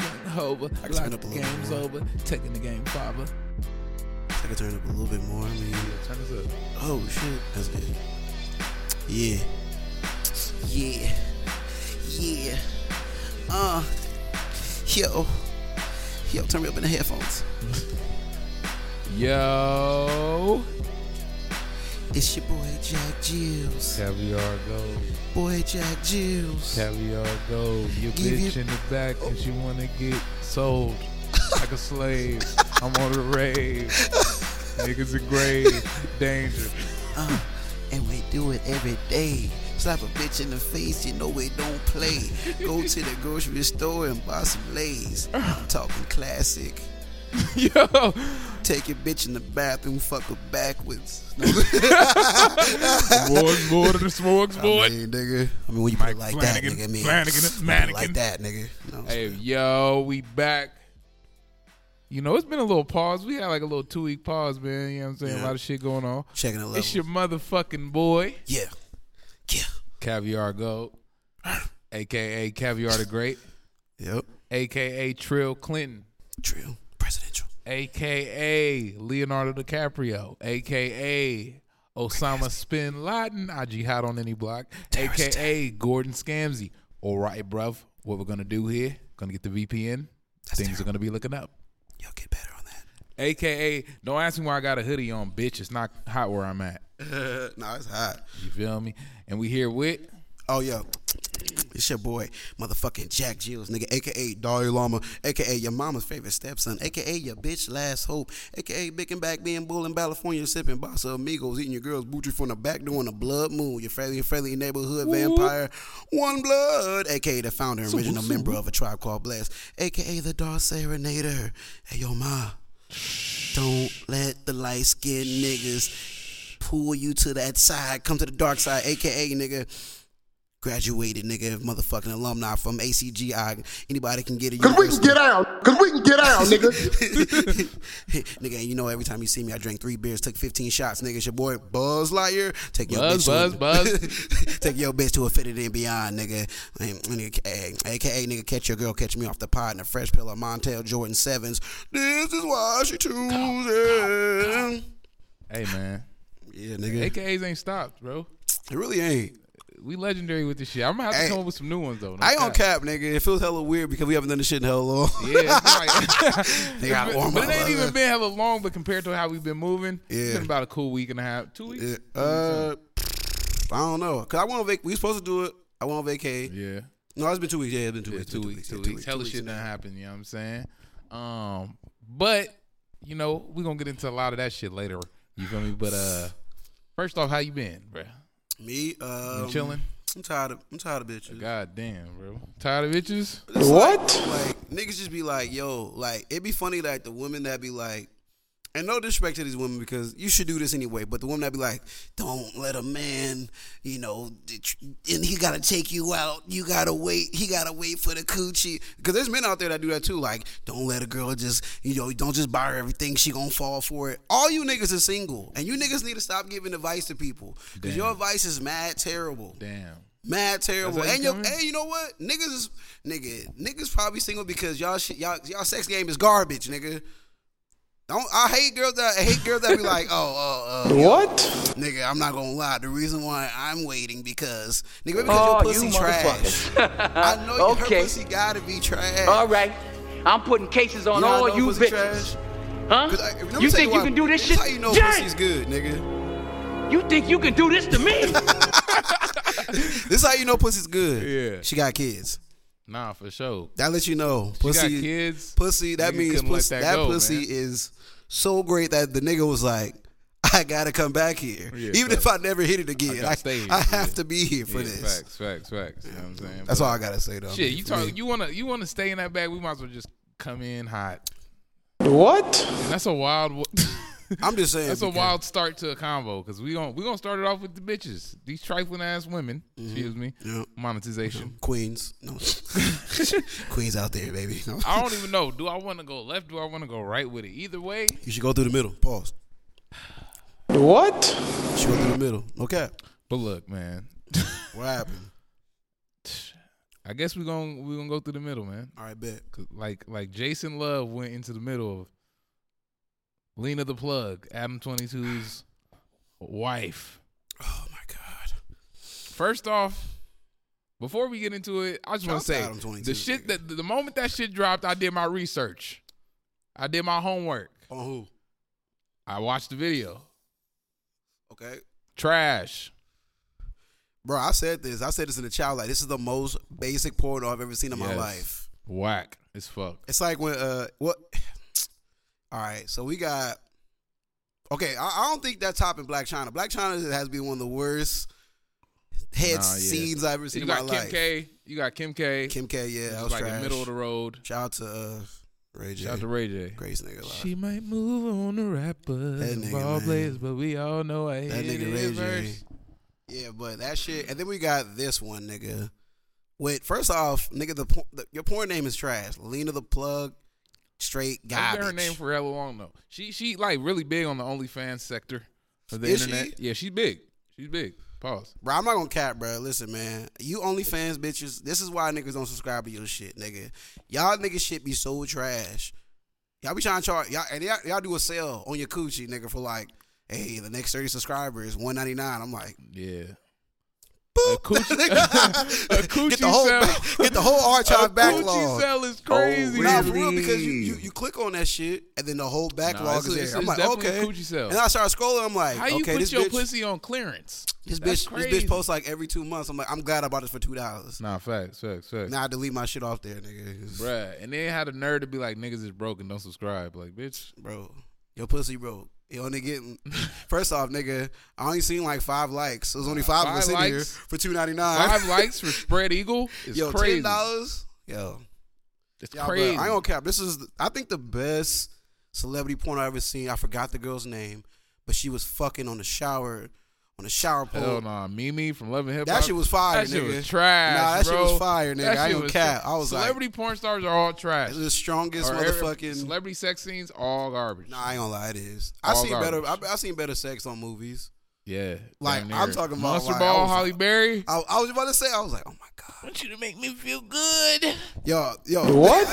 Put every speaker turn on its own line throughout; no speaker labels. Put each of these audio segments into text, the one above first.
October.
I can
Lock
turn
the
up a little bit
game's
more.
over. Taking the game father.
I can turn up a little bit more. I mean,
Yeah, turn this up.
oh shit, that's good. Yeah, yeah, yeah. Uh, yo, yo, turn me up in the headphones.
Yo.
It's your boy Jack Jills.
Caviar gold.
Boy Jack Jills.
Caviar gold. Your
Give
bitch
you-
in the back and she wanna get sold like a slave. I'm on the rave. Niggas in grave danger.
Uh, and we do it every day. Slap a bitch in the face, you know we don't play. Go to the grocery store and buy some Lay's. I'm talking classic.
Yo.
Take your bitch in the bathroom, fuck her backwards. No,
More, more to the smokes,
I
boy.
mean, nigga. I mean, when you put it like that,
Flanagan,
nigga, I mean,
Flanagan,
when you put it
Flanagan.
like that, nigga. No,
Hey, yo, we back. You know, it's been a little pause. We had like a little two week pause, man. You know what I'm saying? A
Yeah.
lot of shit going on.
checking the level.
It's your motherfucking boy,
yeah, yeah,
Caviar Gold, aka Caviar the Great,
yep.
aka Trill Clinton,
Drill, presidential.
aka Leonardo DiCaprio, aka Osama Spin Laden, I jihad on any block,
Terrorist
aka Gordon Scamsey. All right, bruv, what we're gonna do here? Gonna get the VPN. Things are gonna be looking up.
Y'all get better on that.
AKA, don't ask me why I got a hoodie on, bitch. It's not hot where I'm at.
nah, it's hot.
You feel me? And we here with
Oh yo, it's your boy, motherfucking Jack Jills, nigga, aka Dalai Lama, aka your mama's favorite stepson, aka your bitch last hope, aka big and back being bull in California, sipping bossa amigos, eating your girl's booty from the back, doing a blood moon, your friendly, friendly neighborhood vampire, one blood, aka the founder and original member of a tribe called Blast, aka the Dar Serenator. Hey yo, ma, don't let the light skinned niggas pull you to that side. Come to the dark side, aka nigga. Graduated nigga, motherfucking alumni from ACGI. Anybody can get it.
Cause we can get out. Cause we can get out, nigga.
nigga, and you know every time you see me, I drink three beers, took 15 shots. Nigga, it's your boy Buzz Lightyear. Take your
Buzz,
bitch to-
Buzz,
take your bitch to Infinity and beyond, nigga. And- and nigga, eh, AKA, nigga, catch your girl, catch me off the pod in a fresh pill of Montel Jordan Sevens. This is why she chooses.
Hey man.
Yeah, nigga.
AKAs ain't stopped, bro.
It really ain't.
We legendary with this shit. I'm gonna have to
Hey.
come up with some new ones though. No
I ain't on
cap.
cap, nigga. It feels hella weird because we haven't done this shit in hella long.
Yeah, it's like,
Nigga, I warm
but it
up,
ain't even
brother.
been hella long. But compared to how we've been moving, it's
Yeah.
been about a cool week and a half, two weeks.
Yeah, Uh, I don't know. Cause I went on vac. We supposed to do it. I went on vacay.
Yeah,
No, it's been two weeks. Yeah, it's been two
Yeah,
weeks.
two
been
weeks,
Yeah,
two weeks. Hella shit done happened. You know what I'm saying? Um, but you know we gonna get into a lot of that shit later. You feel me? But uh, first off, how you been, bro?
Me, um,
You chilling?
I'm tired of. I'm tired of bitches.
God damn, bro. Tired of bitches?
What?
Like niggas just be like, yo, like it be funny like the women that be like. And no disrespect to these women because you should do this anyway. But the women that be like, "Don't let a man, you know, det- and he gotta take you out. You gotta wait. He gotta wait for the coochie." Because there's men out there that do that too. Like, don't let a girl just, you know, don't just buy her everything. She gonna fall for it. All you niggas are single, and you niggas need to stop giving advice to people because your advice is mad terrible.
Damn.
Mad terrible.
That's how
And
you
your,
coming?
and you know what? Niggas is nigga, niggas probably single because y'all shit y'all y'all sex game is garbage, nigga. Don't I hate girls that I hate girls that be like, oh, uh, uh,
What?
nigga, I'm not gonna lie. The reason why I'm waiting because nigga, maybe because your
Oh,
pussy
you
trash. I know your
Okay.
pussy gotta be trash.
All right. I'm putting cases on
You know how I
all
know
you
pussy
bitches.
trash?
Huh?
'Cause I- let me tell
you think you
why-
can do this
that's
shit?
How you know
Dang!
pussy's good, nigga?
You think you can do this to me?
This is how you know pussy's good.
Yeah.
she got kids.
Nah, for sure.
That lets you know.
You got
Pussy
kids.
pussy. That
Nigga
means
couldn't let
pussy,
that
that,
go,
pussy
man.
is so great that the nigga was like, I gotta come back here,
Yeah,
even if I never hit it again.
gotta
I,
stay here,
I have
yeah.
to be here for
Yeah,
this.
Facts, facts, facts. You know what I'm saying?
That's
But,
all I gotta say though.
Shit, you
For me.
talk, you wanna you wanna stay in that bag? We might as well just come in hot.
What?
And that's a wild. wa-
I'm just saying.
That's a
because-
wild start to a convo because we gon' we gonna start it off with the bitches, these trifling ass women.
Mm-hmm.
Excuse me,
Yeah.
monetization.
Queens, no, Queens out there, baby. No.
I don't even know. Do I want to go left? Do I want to go right with it? Either way,
You should go through the middle. Pause.
What?
You should go through the middle. Okay.
but look, man,
What happened?
I I guess we're gonna we're gonna go through the middle, man.
All right, bet.
'Cause Like like Jason Love went into the middle of Lena the Plug, Adam 22's wife.
Oh my god.
First off, before we get into it, I just want
Shout
to say
out to Adam
the
22's
shit that the moment that shit dropped, I did my research. I did my homework.
On who?
I watched the video.
Okay.
Trash.
Bro, I said this. I said this in the child. Like this is the most basic porno I've ever seen in my
Yes.
life.
Whack as fuck.
It's like when uh what all right, so we got okay, I, I don't think that's topping Black China. Black China has been one of the worst head
Nah, yeah.
scenes I've ever seen
You
in my
got Kim
life.
K. You got Kim K.
Kim K, yeah, that
It's
was
like the
trash.
middle of the road.
Shout out to uh, Ray J.
Shout out to Ray J.
Grace nigga alive.
She might move on the rapper,
That nigga,
ball
man.
players, but we all know I
that
hate
nigga Ray
his
J.
verse.
Yeah, but that shit. And then we got this one, nigga. Wait, first off, nigga, the, por- the your porn name is trash. Lena the plug, straight
I've
garbage.
been her name for hella long though. She she like really big on the OnlyFans sector of the
Is
internet.
she?
Yeah, she's big. She's big. Pause.
Bro, I'm not gonna cap, bro. Listen, man. You OnlyFans bitches. This is why niggas don't subscribe to your shit, nigga. Y'all niggas shit be so trash. Y'all be trying to charge y'all and y'all, y'all do a sale on your coochie, nigga, for like, hey, the next 30 subscribers, 199. I'm like,
Yeah.
boop.
coochie-
Nigga,
a coochie
get the whole
sell.
back- get the whole
A
archive
Gucci
backlog. Oh,
sell is crazy.
Nah, for real, because you, you, you click on that shit and then the whole
Nah,
backlog
it's-
is there.
it's-
I'm
it's
like,
definitely
okay.
a coochie sell.
And then I start scrolling. I'm like,
How you
okay,
put
this
your
bitch,
pussy on clearance?
this
That's
bitch, this
crazy.
bitch posts like every two months. I'm like, I'm glad I bought this for two dollars.
Nah, facts, facts, facts.
Nah, I delete my shit off there, nigga. Bro,
Bruh. And then had a nerd to be like, niggas is broken, don't subscribe. Like, bitch.
your pussy broke. You only getting first off, nigga. I only seen like five likes. There's only five, of us
Five
in here
likes?
for two ninety nine.
Five likes for Spread Eagle is
yo,
crazy.
ten dollars. Yo,
It's
y'all,
crazy.
crazy. I don't cap. This is I think the best celebrity porn I ever seen. I forgot the girl's name, but she was fucking on the shower on the shower pole.
Hell nah, Mimi from Love and Hip Hop.
That shit was fire,
That shit
nigga.
was trash.
Nah, that shit
bro.
was fire, nigga.
That
I
shit
ain't
was
cap.
tra-
I was like-
celebrity porn stars are all trash.
It's the strongest
Or every-
motherfucking.
celebrity sex scenes, all garbage.
nah, I ain't gonna lie, it is. I
All
seen better.
garbage.
I, I seen better sex on movies.
Yeah,
Like,
damn near.
I'm talking about,
Monster
like, I
Ball,
was
Holly
like-
Berry.
I, I was about to say, I was like, oh my god.
want you to make me feel good.
Yo, yo,
What?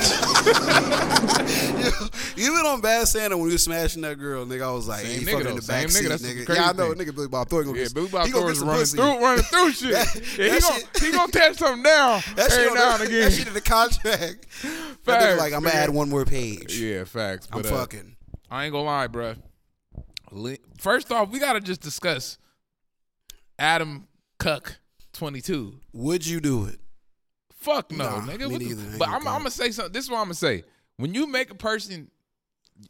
even on Bad Santa when we was smashing that girl, nigga, I was like,
Same
hey,
nigga
fucking
though,
in the
same
back
nigga,
seat,
that's the
nigga.
crazy
yeah, I know,
thing.
nigga, Billy Bob Thornton gonna
Yeah,
get,
Billy
he
Bob
gonna
Thornton
get
is
some
running
pussy.
through, running through shit. yeah, he
that
gonna,
shit-
he gonna touch something down
That shit,
every
on
now
that,
and again.
that shit in the contract. that nigga
Facts,
like, I'm gonna
nigga.
add one more page.
yeah, facts.
I'm
But, uh,
fucking.
I ain't gonna lie, bruh. Le- First off, we gotta just discuss Adam Cuck twenty two.
Would you do it?
Fuck no,
Nah, me
nigga. What the-
neither. I ain't
but
gonna
I'm,
call
I'm gonna say something. This is what I'm gonna say. When you make a person,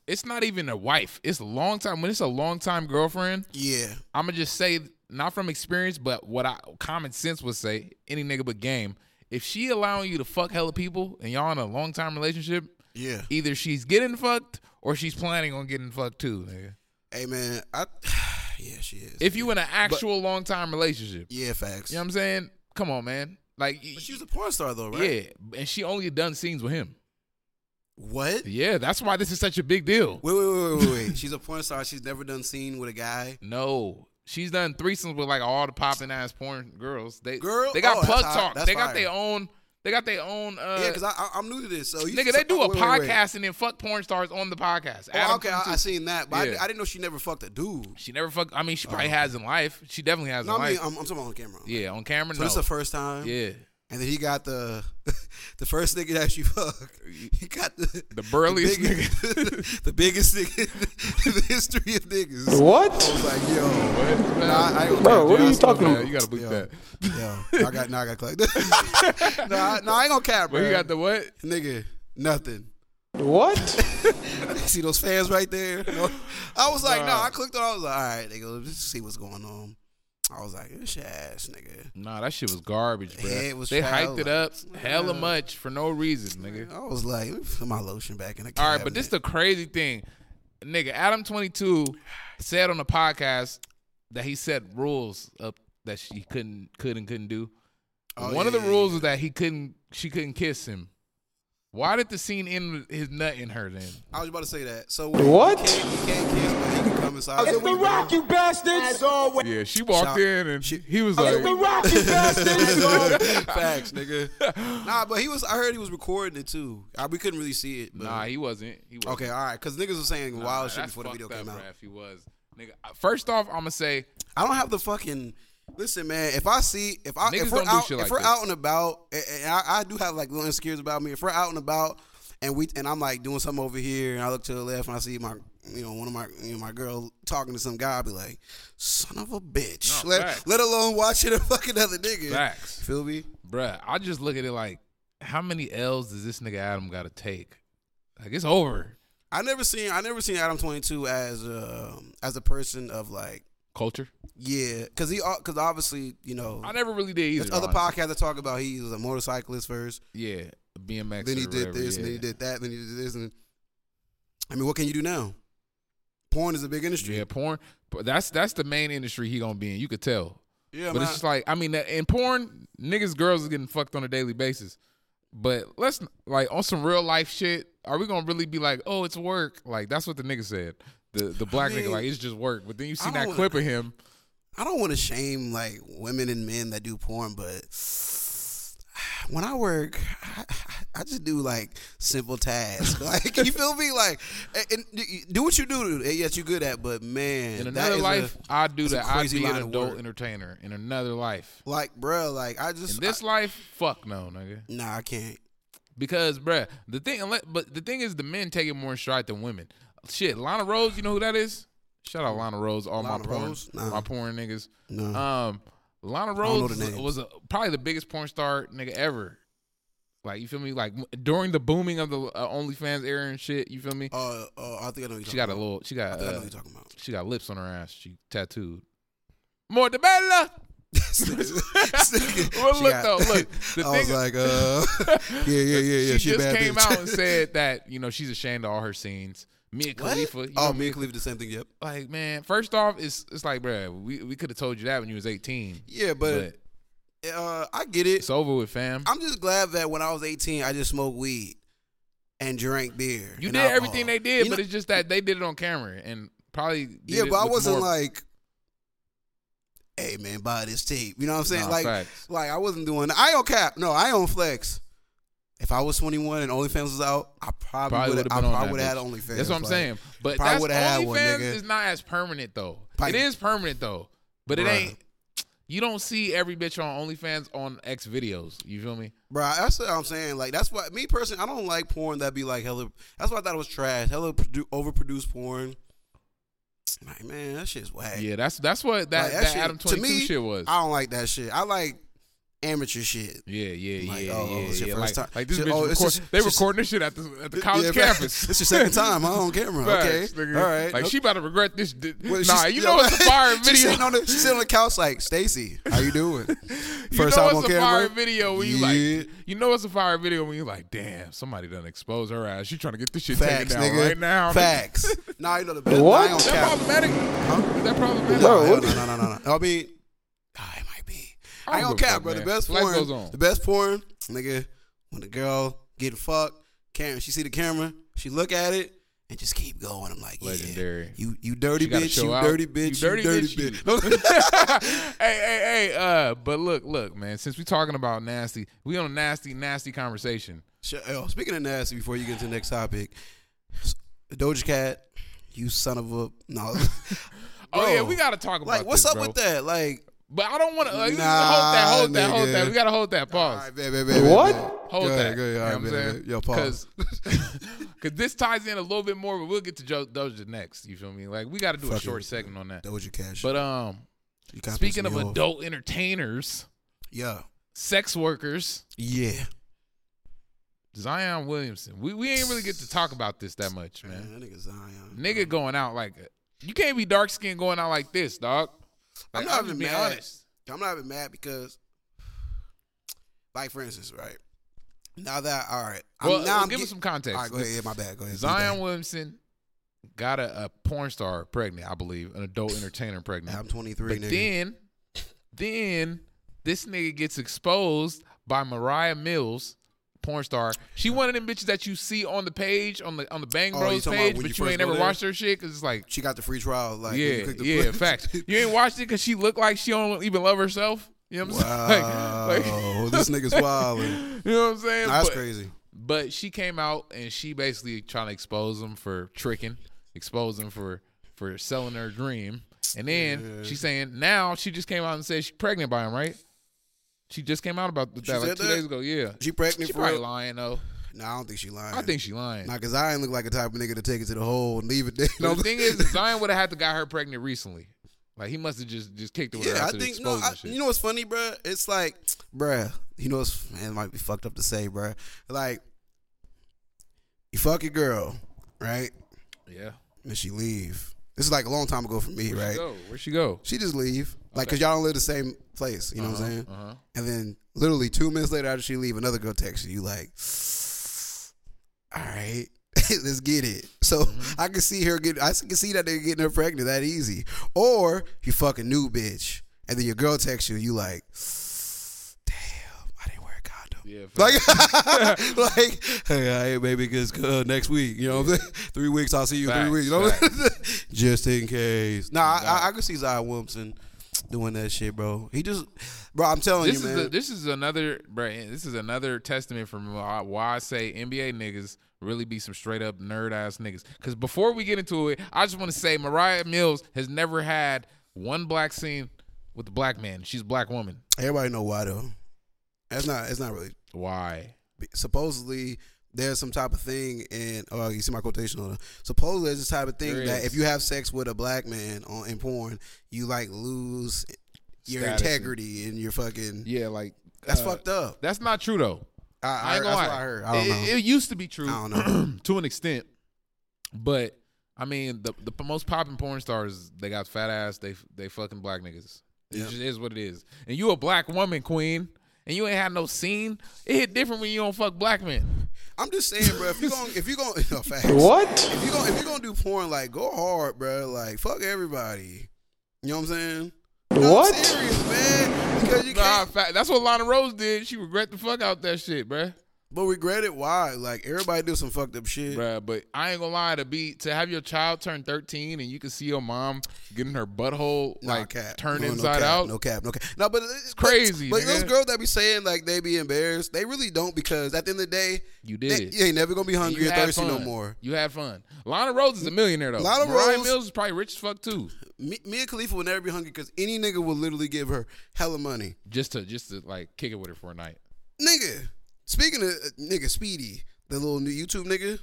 it's not even a wife. It's a long time. When it's a long time girlfriend,
Yeah.
I'm gonna just say not from experience, but what I common sense would say. Any nigga but game. If she allowing you to fuck hella people and y'all in a long time relationship,
Yeah.
either she's getting fucked or she's planning on getting fucked too, nigga.
Hey man, I yeah, she is.
If you in an actual long time relationship,
yeah, facts.
you know what I'm saying? Come on, man. Like,
but she was a porn star though, right?
yeah, and she only done scenes with him.
What?
Yeah, that's why this is such a big deal.
Wait, wait, wait, wait, wait, wait. She's a porn star. She's never done scene with a guy.
No, she's done threesomes with like all the popping ass porn girls. They
Girl?
they got
Oh, that's
plug
hot.
talk.
That's
they got
fire.
their own. They got their own. Uh,
Yeah, because I'm new to this. So you,
nigga, they do
oh,
a
wait, wait,
podcast
wait.
and then fuck porn stars on the podcast.
Oh,
Adam
okay, I, I
22.
seen that, but
Yeah.
I, I didn't know she never fucked a dude.
She never fuck. I mean, she probably has in life. She definitely has
Oh. No,
in
I mean,
life.
I'm, I'm talking about on camera.
yeah, on camera.
So
no.
this is the first time.
yeah,
And then he got the the first nigga that she fucked. He got the
The burliest
biggest- the, biggest nigga in the history of niggas. I
What?
was like, yo,
Nah,
I, I ain't
Bro, what are
Yeah,
you
so
talking
bad.
about?
You gotta bleep that.
gonna, yo, I got, now I got collect. no, I, no, I ain't gonna cap, bro.
But he got the what?
nigga, nothing.
What?
See those fans right there? No. I was like, no, I clicked on. it, I was like, all right, nigga, let's see what's going on. I was like, this ass, nigga.
Nah, that shit was garbage, bro.
Yeah, it was
they
foul.
hyped it up hella
Yeah.
much for no reason, nigga.
I was like, let me put my lotion back in the.
All
Cabinet.
right, but this the crazy thing, nigga. Adam twenty two said on the podcast that he set rules up that she couldn't could and couldn't do.
Oh,
One
yeah,
of the
yeah,
rules was that he couldn't she couldn't kiss him. Why did the scene end with his nut in her then?
I was about to say that. So
What?
He can't, he can't kiss, but he can come inside.
It's the rock, you bastards!
Yeah, she walked
Shout-
in and
she-
he was
It's the
like,
rock, you bastards!
Facts, nigga. Nah, but he was. I heard he was recording it too. I, we couldn't really see it. But.
Nah, he wasn't. He wasn't.
Okay, all right. Because niggas was saying wild shit
That's
before the
fucked
video came
up,
out.
bruh, If he was, nigga. I- First off, I'm gonna say
I don't have the fucking. Listen, man. If I see, if I,
Niggas
if we're
don't do
out,
shit
if
like
we're
this.
out and about, and and I, I do have like little insecurities about me. If we're out and about, and we, and I'm like doing something over here, and I look to the left, and I see my, you know, one of my, you know, my girl talking to some guy, I'll be like, son of a bitch.
No,
let,
facts.
let alone watching a fucking other nigga.
facts,
Feel me?
bruh. I just look at it like, how many L's does this nigga Adam got to take? Like it's over.
I never seen, I never seen Adam Twenty Two as, um as a person of like,
Culture.
yeah, because he, because obviously, you know.
I never really did either.
there's other
honestly.
podcasts that talk about he was a motorcyclist first.
Yeah, BMX.
then
or
he did
whatever,
this,
yeah.
and then he did that, and then he did this, and I mean, what can you do now? Porn is a big industry.
Yeah, porn. But that's that's the main industry he gonna be in. You could tell.
Yeah,
but it's just like I mean, that- in porn, niggas, girls is getting fucked on a daily basis. But let's like on some real life shit. Are we gonna really be like, oh, it's work? Like that's what the nigga said. The the black nigga
mean,
like it's just work. But then you see
I
that
don't-
clip of him.
I don't want to shame like women and men that do porn, but when I work, I, I just do like simple tasks. Like you feel me? Like and, and do what you do that you're good at, but man,
In
that
another
is a-
life, I do
that's a
that. I'd
crazy
be an
line of
adult
work.
entertainer. In another life,
like bruh, like I just
in this
I-
life, fuck no, nigga.
nah, I can't.
Because, bruh, the thing, unle- but the thing is, the men take it more in stride than women. Shit, Lana Rose, you know who that is? Shout out Lana Rose, all
Lana
my porn,
Rose? Nah.
my porn niggas.
No.
Um, Lana
know
Rose
the
was-
names.
was a, probably the biggest porn star nigga ever. Like, you feel me? Like during the booming of the uh, OnlyFans era and shit, you feel me?
Uh, uh, I think I know what you're
she
talking
got a
about.
little, she
I
got,
think I know
uh,
what you're talking about.
she got lips on her ass. She tattooed. More the better. Well,
well,
look though, look. The
I was
thing-
like, uh, yeah, yeah, yeah, yeah.
she,
a
just
bad
came
bitch.
out and said that you know she's ashamed of all her scenes. Mia
What?
Khalifa, you
oh,
know,
me and Khalifa, the same thing. Yep.
like man, first off, it's it's like, bruh, we, we could have told you that when you was eighteen,
Yeah, but,
but
uh, I get it.
it's over with, fam.
I'm just glad that when I was 18, I just smoked weed and drank beer.
you
and
did
alcohol.
everything they did,
You
but
know-
it's just that they did it on camera and probably did
yeah,
it
but I
with
wasn't
more-
like, hey man, buy this tape. You know what I'm saying?
Nah,
like,
facts.
like I wasn't doing. I don't cap. No, I don't flex. If I was 21 and OnlyFans was out, I probably,
probably would
would
have
I
been on
probably
that
would have had
bitch.
OnlyFans.
That's what I'm
like-
saying, but
probably
that's
would've had one,
OnlyFans
nigga.
is not as permanent though.
Probably-
It is permanent though, but it
Bruh.
ain't. You don't see every bitch on OnlyFans on X videos. You feel me?
Bro, that's what I'm saying. Like that's why me personally, I don't like porn that be like hella. That's why I thought it was trash. Hella produ- overproduced porn. Like man, that shit's whack.
Yeah, that's that's what that,
Like,
that, Adam
shit- to
twenty two
me,
shit was.
I don't like that shit. I like amateur shit.
Yeah, yeah,
Like,
yeah,
oh,
yeah,
it's your
yeah.
first
like,
time.
like this
Shit,
bitch,
oh, it's
record,
just-
they
it's just-
recording shit at the at the college
Yeah, bro.
campus.
It's your second time huh, on camera. okay,
Facts, nigga.
all right.
Like
Okay.
she about to regret this. di-
Well,
nah,
she's-
you
yeah,
know it's a fire
she's
video.
Sitting on the, she's sitting on the couch like Stacy. How you doing?
you
First
know
time
it's
on
a
camera.
fire video when you
Yeah.
like. You know it's a fire video when you like. Damn, somebody done expose her ass. She trying to get this shit
Facts,
taken down
nigga.
right now. nigga.
Facts. nah, you know the best. Nah,
What?
I don't
Is
cap.
that problematic? Is that problematic?
Bro,
No,
what
no,
the-
Oh, no, no, no, no. I mean, ah, it might be.
I
I
don't
don't
give a
cap,
fuck,
bro. The
man.
best
Life
porn,
goes on.
the best porn, nigga. When the girl getting fucked, Karen, she see the camera, she look at it and just keep going. I'm like, yeah,
Legendary.
You, you dirty
She gotta
bitch,
show
you
out.
dirty bitch, you dirty,
you-
bitch. No,
hey, hey, hey. Uh, but look, look, man. Since we talking about nasty, we on a nasty, nasty conversation.
Sh- oh, speaking of nasty, before you get to the next topic, s- Doja Cat, you son of a no.
Oh
Bro,
yeah, we gotta talk about
like, what's
this,
up
bro.
with that? Like,
But I don't want to. Like,
Nah,
hold that, hold that, hold
nigga.
that. We gotta hold that.
all
Pause.
right, babe, babe, babe, babe,
What?
babe.
Hold
Go
that.
ahead, go ahead. All
You know
right,
what I'm
babe,
saying?
babe, babe. Yo, pause.
Because this ties in a little bit more, but we'll get to jo- Doja next. You feel me? Like we got to do a
Fuck
short
it.
segment on that.
Doja Cat.
But um,
You can't piss
speaking
me
of
off.
adult entertainers,
yeah,
sex workers,
yeah.
Zion Williamson. We we ain't really get to talk about this that much, man.
that nigga Zion.
Nigga going out like you can't be dark skinned going out like this, dog.
I'm
Like,
not
just
even
being
mad.
honest.
I'm not even mad because, like for instance, right now that all right, I'm,
Well,
now
well,
I'm
give
get-
us some context.
All right, go ahead. Yeah, my bad. Go ahead. my
Zion
bad.
Williamson got a, a porn star pregnant, I believe, an adult entertainer pregnant.
I'm 23.
but
nigga.
then, then this nigga gets exposed by Mariah Mills porn star. She one of them bitches that you see on the page on the on the Bang
Oh, you
Bros
talking about
page,
when
but
you
you,
first
ain't
go
ever
there?
watched her shit because it's like,
She got the free trial. Like when you
yeah,
click the
yeah,
button.
facts. You ain't watched it because she looked like she don't even love herself. You know what I'm saying?
Wow,
Like-
Oh, this nigga's wildin'.
you know what I'm saying?
That's
But-
crazy.
But she came out and she basically trying to expose him for tricking, expose him for for selling her dream. And then she's saying now she just came out and said she's pregnant by him, right? She just came out about that like
said
two
that?
days ago. Yeah,
She pregnant
she
for
probably
real?
lying though.
Nah, I don't think she lying.
I think she lying.
Nah, cause I ain't look like a type of nigga to take it to the hole and leave it there.
But the thing is, Zion would have had to got her pregnant recently. Like he must have just just kicked it with her
Yeah, I
after
think no.
exposing
I,
shit.
you know what's funny, bruh? It's like, bruh. You know what's man, it might be fucked up to say, bruh. Like, you fuck your girl, right?
yeah.
And she leave. This is like a long time ago for me, right?
Go. Where'd she go?
She just leave, like, cause y'all don't live the same place. You know what I'm saying?
Uh-huh.
And then literally two minutes later after she leave, another girl texts you like, "All right, let's get it." So
Mm-hmm.
I can see her get, I can see that they're getting her pregnant that easy. Or you fucking new bitch, and then your girl texts you, you like, "Damn, I didn't wear a condom."
Yeah.
Like, like, hey, all right, baby, cause uh, next week, you know, what I'm saying? three weeks, I'll see you in three
Facts,
weeks, you know, what I'm saying? just in case. Nah, I, I, I could see Zion Williamson doing that shit, bro. He just, bro, I'm telling
this
you, man.
is the, this is another bruh, this is another testament from why why I say NBA niggas really be some straight up nerd ass niggas. Because before we get into it, I just want to say Mariah Mills has never had one black scene with a black man. She's a black woman.
Everybody know why though. That's not. It's not really.
Why?
Supposedly, there's some type of thing, and oh, you see my quotation on it. Supposedly, there's this type of thing
There
that
is.
if you have sex with a black man on in porn, you like lose your
Status.
integrity and your fucking.
Yeah, like
That's
uh,
fucked up.
That's not true though.
I, I,
I ain't gonna
that's
lie.
what I heard. I don't
it,
know.
it used to be true.
I don't
to an extent, but I mean, the the most popping porn stars they got fat ass. They they fucking black niggas. It just is what it is. And you a black woman queen, and you ain't had no scene. It hit different when you don't fuck black men.
I'm just saying, bro. If you gon' if you gon' no, facts.
What?
If you gon' if you gonna do porn, like go hard, bro. Like fuck everybody. You know what I'm saying? No, I'm
What?
serious, man. Because you
Nah,
can't.
fat, that's what Lana Rose did. She regret the fuck out that shit, bruh.
But regret it. Why? Like everybody do some fucked up shit.
Bruh, but I ain't gonna lie to be to have your child turn thirteen and you can see your mom getting her butthole
Nah,
like
cap.
turned
No, no
inside
cap,
out.
No cap, no cap. No, but it's
crazy,
But, those
nigga.
girls that be saying like they be embarrassed, they really don't because at the end of the day,
You
they-
did it.
you ain't never gonna be hungry
You
and
had
thirsty no
fun.
more.
You had fun. Lana Rose is a millionaire though.
Lana
Mariah
Rose-
Mills is probably rich as fuck too.
Me, me and Khalifa will never be hungry because any nigga will literally give her hella money.
Just to just to like kick it with her for a night.
Nigga, speaking of uh, nigga Speedy, the little new YouTube nigga.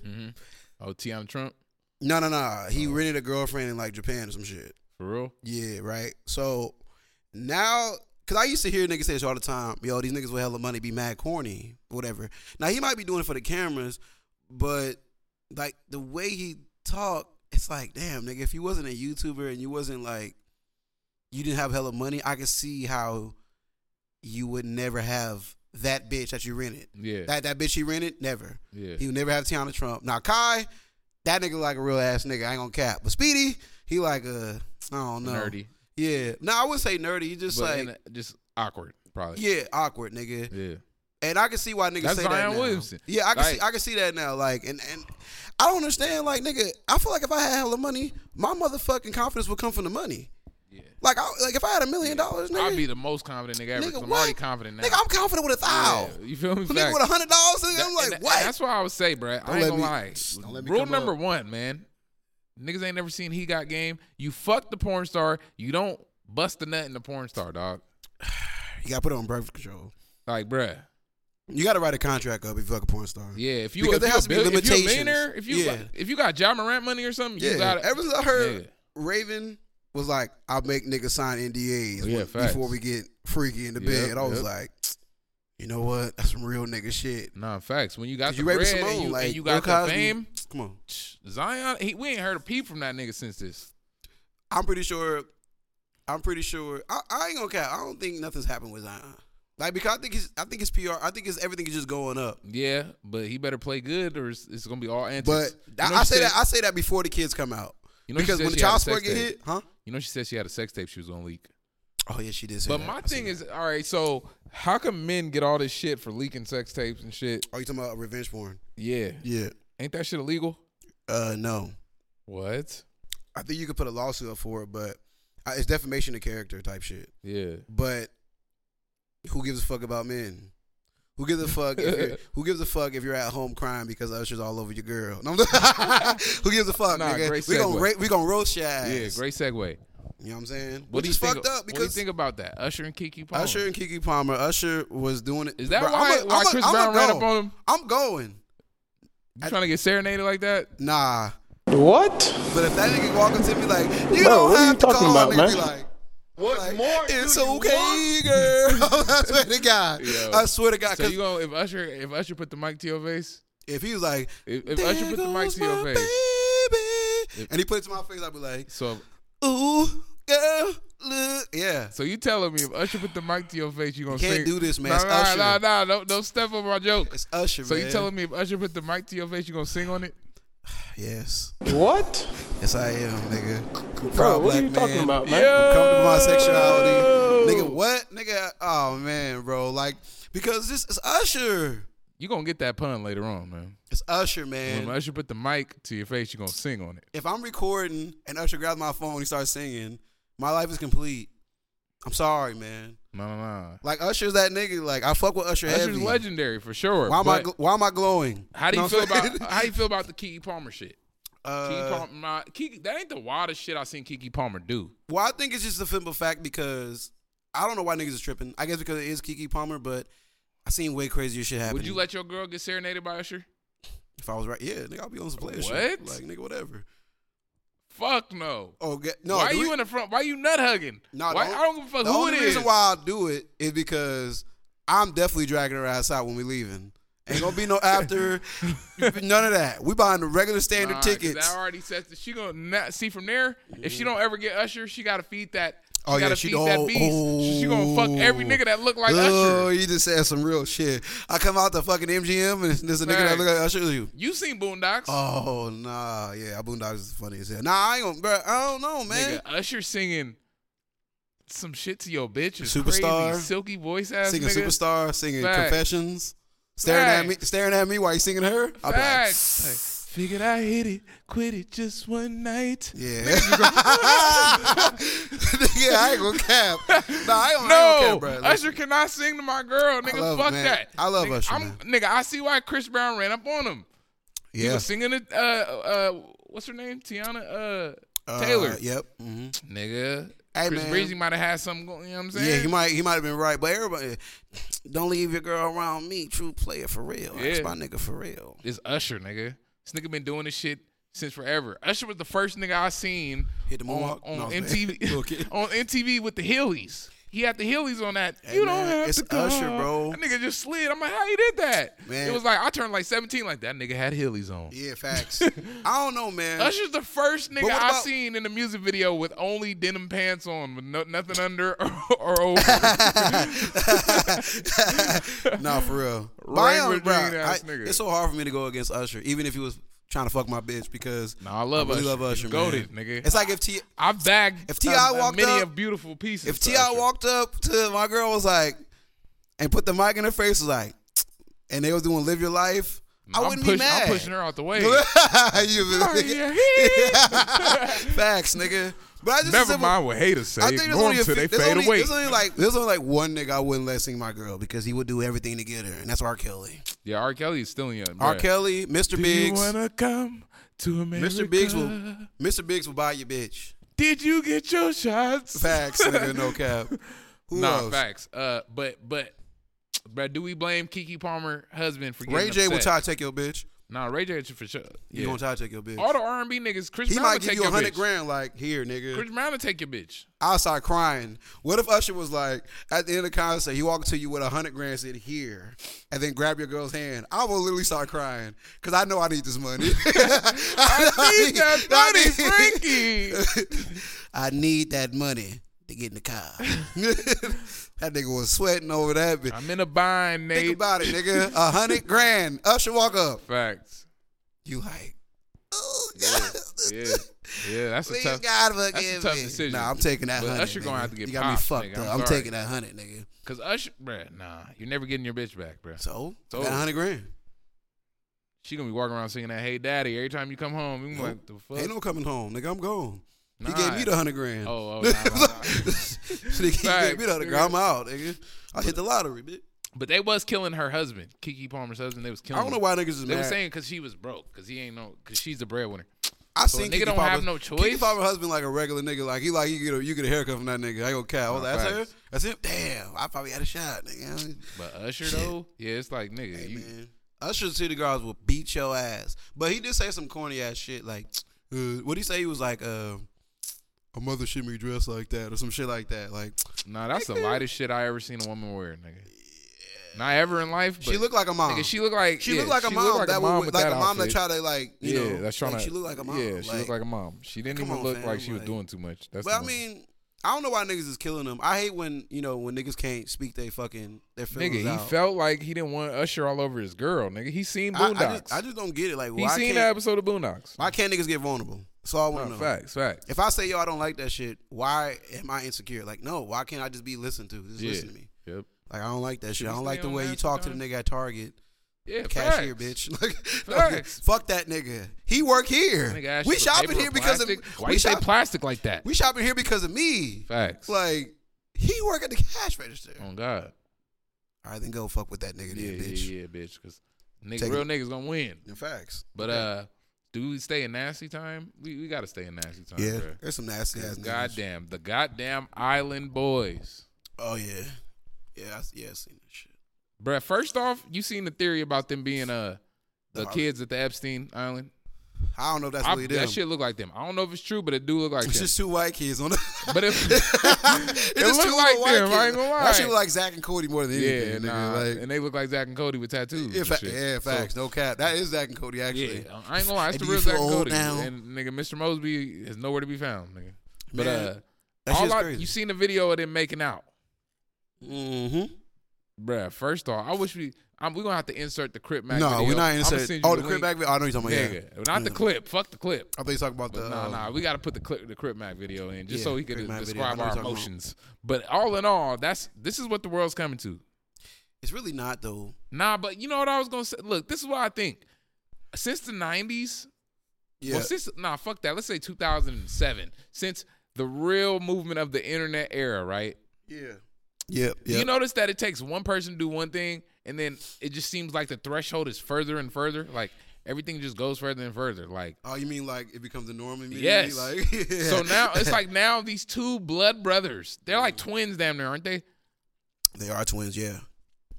Oh, Tiana Trump
No, no, no. He rented a girlfriend in like Japan or some shit.
for real?
Yeah, right. So now, because I used to hear niggas say this all the time. Yo, these niggas with hella money be mad corny, whatever. Now he might be doing it for the cameras, but like the way he talk, it's like, damn, nigga, if you wasn't a YouTuber and you wasn't like, you didn't have hella money, I could see how you would never have that bitch that you rented.
Yeah.
That that bitch he rented, never.
Yeah.
He would never have Tiana Trump. Now Kai, that nigga like a real ass nigga. I ain't gonna cap. But Speedy, he like a I don't know.
Nerdy.
Yeah. No, I wouldn't say nerdy. He just
But
like
in a- just awkward, probably.
yeah, awkward nigga.
Yeah.
And I can see why niggas
That's
say that
Zion
now.
Williamson.
Yeah, I can
Like-
see I can see that now. Like and and I don't understand. Like nigga, I feel like if I had hella money, my motherfucking confidence would come from the money. Yeah. Like I, like if I had a million dollars, nigga,
I'd be the most confident nigga ever.
nigga,
'cause I'm
what?
already confident now.
Nigga, I'm confident with a thou.
Yeah, you feel me?
Nigga
Facts.
with a hundred dollars, nigga,
That-
I'm
and
like,
that-
what?
That's why I would say, bruh. I ain't
let
gonna
me-
lie.
don't let me
Rule
come
number
up.
one, man. Niggas ain't never seen he got game. You fuck the porn star. You don't bust the nut in the porn star, dog.
you gotta put it on birth control.
Like, bruh.
You got to write a contract up if you fuck a porn star.
Yeah, if you
Because
if
there
you
has
a
to be
bill- If
limitations.
you're a millionaire, if you
Yeah.
if you got John Morant money or something,
yeah.
you got
Ever since I heard
Yeah.
Raven was like, "I'll make niggas sign NDAs
Oh, Yeah,
when-
facts.
before we get freaky in the
Yep,
bed," I was
yep.
like, "You know what? That's some real nigga shit."
Nah, facts. When you got
'Cause
the
you Raven
bread
Simone,
and you,
like
and you got
Bill
the
Cosby.
fame,
Come on,
Zion, he, we ain't heard a peep from that nigga since this.
I'm pretty sure. I'm pretty sure. I, I ain't gonna cap. I don't think nothing's happened with Zion. Like because I think it's I think it's PR. I think it's everything is just going up.
Yeah, but he better play good, or it's, it's gonna be all antics.
But
You
I,
know
I
she
say
said-
that I say that before the kids come out
You know she
because
said
when the
she had a
child
sex
support get
tape.
hit, huh?
You know, she said she had a sex tape she was gonna leak.
Oh yeah, she did. Say
But
that.
my
I seen
thing
that.
is, all right, so how come men get all this shit for leaking sex tapes and shit?
oh, you talking about revenge porn?
Yeah.
Yeah.
Ain't that shit illegal?
Uh, no.
What?
I think you could put a lawsuit up for it, but uh, it's defamation of character type shit.
Yeah.
But who gives a fuck about men? Who gives a fuck? If you're, who gives a fuck if you're at home crying because Usher's all over your girl? No, I'm just- who gives a fuck?
Nah,
nigga?
great
we gonna
segue.
ra- we gonna roast your ass.
Yeah, great segue. What
You know what I'm saying?
do
Which
you
is
think
fucked
of-
up
what do you
because
think about that? Usher and Kiki Palmer.
Usher and Kiki Palmer. Usher was doing it.
Is that
Bruh,
why-
I'ma-
why
I'ma-
Chris
I'ma
Brown ran
go.
up on him?
I'm going.
you trying to get serenaded like that?
Nah,
What?
but if that nigga walk up to me like, you don't
Bro, what are
have
you
to
talking
call
about,
me,
man?
be like,
What
like,
more?
It's
do you want?
okay, girl. I swear to God.
Yo.
I swear to God.
So
Cause
you gonna if Usher if Usher put the mic to your face?
if he was like,
If- if Usher
"There
put the mic
goes
to your
my
face."
baby," and he put it to my face, I'd be like,
So
ooh, girl, look, yeah.
so you telling me if Usher put the mic to your face, you gonna
can't
sing?
do this, man.
Nah,
It's
nah,
Usher.
nah, nah, don't don't step on my joke.
It's Usher,
so
man.
you telling me if Usher put the mic to your face, you gonna sing on it?
Yes,
What?
yes, I am, nigga. I'm a
Bro,
proud
what are
black
you talking
man.
about, man?
comfortable with my sexuality. Nigga, what? Nigga, oh man, bro. Like, because this is Usher.
You gonna get that pun later on, man.
It's Usher,
When
man.
Usher put the mic to your face, you gonna sing on it.
If I'm recording and Usher grabs my phone and he starts singing, my life is complete. I'm sorry, man.
No, no, no.
Like Usher's that nigga. Like I fuck with Usher
Usher's
heavy.
legendary for sure.
Why am I?
but
Gl- why am I glowing?
how do you
Know
feel
what I'm
about
saying?
how you feel about the Kiki Palmer shit? Kiki
Uh,
Palmer, my, Kiki, that ain't the wildest shit I seen Kiki Palmer do.
Well, I think it's just a simple fact because I don't know why niggas is tripping. I guess because it is Kiki Palmer, but I seen way crazier shit happen.
Would you let your girl get serenaded by Usher?
If I was right, yeah, nigga, I'll be on some player
What?
shit. Like nigga, whatever.
Fuck no.
Oh, get, no.
why
do
you
it-
in the front? Why you nut hugging?
No,
why,
the
I don't give a fuck
the
who
only
it is.
reason why I'll do it is because I'm definitely dragging her outside when we leaving. Ain't gonna be no after, none of that. We buying the regular
Nah,
standard
'cause
tickets.
That already says that she gonna not, see from there. If she don't ever get Usher, she gotta feed that. She
Oh, yeah,
gotta
she-
feed that
oh,
beast. She- She gonna fuck every
oh.
nigga that look like
oh,
Usher.
you just said some real shit. I come out the fucking MGM and there's a nigga that
Facts.
look like Usher. You.
You seen Boondocks?
Oh nah, yeah, Boondocks is funny as hell. Nah, I ain't gonna, bro. I don't know, man.
Nigga, Usher singing some shit to your bitch. Is
Superstar.
Crazy, silky voice ass
singing
nigga.
superstar, singing
Facts.
confessions, staring at me,
Facts.
staring at me while you singing her. I'll be like,
Facts. Like, figured I hit it, quit it just one night.
Yeah. Nigga, I ain't gonna cap. Nah, I don't, I ain't
No,
gonna cap, bro.
Usher cannot sing to my girl, nigga.
love-
fuck
man,
that.
I love
nigga,
Usher,
I'm,
man.
Nigga, I see why Chris Brown ran up on him. He
yeah.
was singing it. Uh, uh, what's her name? Tiana uh, Taylor.
Uh, yep. hmm
Nigga,
Hey,
Chris
man.
Breezy might have had something going. You know what I'm saying?
Yeah, he might he might have been right, but everybody don't leave your girl around me, true player for real. That's
Yeah.
my nigga for real.
It's Usher, nigga. This nigga been doing this shit since forever. Usher was the first nigga I seen
Hit the
on,
moonwalk?
on
No, I was
MTV
playing. Okay.
on MTV with the Hillies. He had the Hillies on that.
Hey,
you
man,
don't have
it's
to come.
Usher, bro.
That nigga just slid. I'm like, how he did that?
Man.
It was like I turned like 17. Like that nigga had Hillies on.
Yeah, facts. I don't know, man.
Usher's the first nigga
what
I
about-
seen in the music video with only denim pants on, with no, nothing under or, or over.
nah, for real. But
Right
I am, bro,
Virginia-ass
I-
nigga.
it's so hard for me to go against Usher, even if he was trying to fuck my bitch, because
Nah, I love
really
Usher.
love Usher,
He's
man.
goated, nigga.
It's like if T
I bagged
If T.I.
a- a
walked
many
up-
of beautiful pieces.
If
to
Ti
Usher.
walked up to my girl was like, and put the mic in her face was like, and they was doing live your life, I
I'm
wouldn't be
pushing,
mad.
I'm pushing her Oh, out the way.
You feel
Sorry,
me?
yeah.
Facts, nigga. But I just
Never
simple-
mind what haters say.
I think there's
Ignore
only,
them
a
till
few,
they
there's,
fade
only,
away.
there's only like there's only like one nigga I wouldn't let sing my girl because he would do everything to get her, and that's R. Kelly.
yeah, R. Kelly is still young.
R.
bruh.
Kelly, Mr.
Do you
Biggs,
wanna come to America?
Mr. Biggs will Mr. Biggs will buy your bitch.
Did you get your shots?
Facts, nigga, no cap. Who
nah,
else?
facts. Uh, but but. But do we blame Kiki Palmer, husband, for getting
Ray J
upset?
will try to take your bitch.
Nah, Ray J for sure.
You
Yeah.
gonna try to take your bitch?
All the R and B niggas, Chris
He
Brown
might
will
give
take
you a
your
hundred
bitch.
grand, like here, nigga.
Chris Brown will take your bitch.
I'll start crying. What if Usher was like at the end of the concert, he walked to you with a hundred grand, said here, and then grab your girl's hand? I will literally start crying because I know I need this money. I,
He's that money,
I need-
Frankie.
I need that money to get in the car. that nigga was sweating over that. bitch.
I'm in a bind, Nate.
Think about it, nigga. A hundred grand. Usher walk up.
Facts.
You like? Oh,
Yeah. Yeah, that's a
Please
tough.
God
that's
forgive
a tough
me.
decision.
Nah, I'm taking that
But
hundred.
Usher gonna
nigga.
have to get
You got me
popped,
fucked
nigga.
up.
I'm
I'm
sorry.
taking that hundred, nigga.
Cause Usher, bruh, nah, you're never getting your bitch back, bruh.
So,
So-
got hundred grand.
She gonna be walking around singing that "Hey Daddy" every time you come home. You gonna be like the fuck?
Ain't no coming home, nigga. I'm gone. He
Nah.
gave me the hundred grand.
Oh, oh, nah, nah, nah.
Shit, he gave
Facts,
me the hundred
nigga.
grand. I'm out, nigga. I hit the lottery, bitch.
But they was killing her husband, Kiki Palmer's husband. They was
I
killing.
don't know
him.
why niggas is
Mm. They were
mad.
saying because she was broke, because he ain't no, because she's the breadwinner.
I seen
nigga
Kiki
don't
Palmer-
have no
Kiki
choice?
Palmer husband like a regular nigga. Like he like you get a, you get a haircut from that nigga. I go cow. I was
Nah,
like, that's
facts.
her. That's him. Damn, I probably had a shot, nigga.
But Usher though, yeah, it's like nigga, you,
Man, Usher City Girls will beat your ass. But he did say some corny ass shit. Like, uh, what he say? He was like, uh, a mother shouldn't be dressed like that or some shit like that. Like,
nah, that's the lightest shit I ever seen a woman wear, nigga. Not ever in life. But
she looked like a mom.
Nigga, she looked like
She
yeah,
looked like a
she
mom.
looked like
that
a mom
would,
with
like
that
a mom that
outfit.
tried to like you
yeah,
know.
that's trying
like,
to.
She looked like a mom.
Yeah, she looked like a mom. She didn't
come
even
on,
look
fam,
like she was
like-
doing too much. That's.
But
the
I
one.
mean, I don't know why niggas is killing them. I hate when you know when niggas can't speak they fucking their feelings
nigga, he
out.
felt like he didn't want Usher all over his girl. Nigga, he seen
I, I
Boondocks.
just, I just don't get it. Like,
he
why
seen
can't,
that episode of Boondocks.
why can't niggas get vulnerable? That's all I want to
No,
know.
facts, facts.
If I say yo, I don't like that shit. Why am I insecure? Like, no. Why can't I just be listened to? Just
Yeah.
listen to me.
Yep.
Like, I don't like that shit. I
we
don't
stay
like the
on
way
that
you talk to the
sometimes?
nigga at Target.
Yeah,
Cashier,
facts.
bitch. Like,
Facts.
fuck that nigga. He work here.
Nigga asked
we
you for
shopping
paper or
here because of
plastic. why
we
you say
shop-
plastic like that?
We shopping here because of me.
Facts.
Like, he work at the cash register.
oh God.
All right, then go fuck with that nigga,
Yeah,
then,
yeah,
bitch.
yeah, bitch. Because nigga,
Take
real
it.
niggas gonna win.
The facts.
But uh, do we stay in nasty time? We we gotta stay in nasty time.
Yeah,
bruh.
there's some nasty ass niggas.
Goddamn, the goddamn island boys.
Oh yeah, yeah, I, yeah. I seen that shit.
Bruh, first off, you seen the theory about them being uh the
No, I-
kids at the Epstein Island?
I don't know if that's
I-
really them.
that shit look like them. I don't know if it's true, but it do look like
It's
them.
just two white kids on. The-
But if
it just
look
two
like
little white
them, I
kids.
ain't gonna
That
lie.
shit look like Zach and Cody more than anything.
yeah,
nigga.
nah,
like,
and they look like Zach and Cody with tattoos.
in
and
fact,
shit.
yeah,
So,
facts, no cap. That is Zach and Cody actually.
yeah, I ain't gonna lie. It's
And
the
do
real
you
Zach
feel
and
old
Cody.
now?
And nigga, Mr. Mosby is nowhere to be found, nigga. But
Man,
uh,
that
all
shit's
I,
crazy.
you seen the video of them making out.
Mm-hmm.
Bruh, first off, I wish we I'm, we gonna have to insert the Crip Mac.
No,
video.
we're not
I'ma
interested.
send you
Oh, the crib back.
link.
Oh, I know you're talking about. Yeah. Mm.
nigga, not the clip. Fuck the clip.
I thought you talking about
But
the.
nah,
um,
nah, we gotta put the clip, the Crip Mac video in just
yeah,
so he could
Crip Mac video. I
describe
know what
our
you're talking about.
emotions. But all in all, that's this is what the world's coming to.
It's really not though.
Nah, but you know what I was gonna say? Look, this is what I think. Since the nineties,
Yeah.
well, since nah, fuck that. Let's say two thousand and seven. Since the real movement of the internet era, right?
yeah. Yep.
Do
Yep.
You notice that it takes one person to do one thing, and then it just seems like the threshold is further and further. Like everything just goes further and further. Like
Oh, you mean like it becomes the norm immediately?
Yes.
Like,
so now it's like now these two blood brothers, they're like twins, damn near, aren't they?
they are twins. Yeah.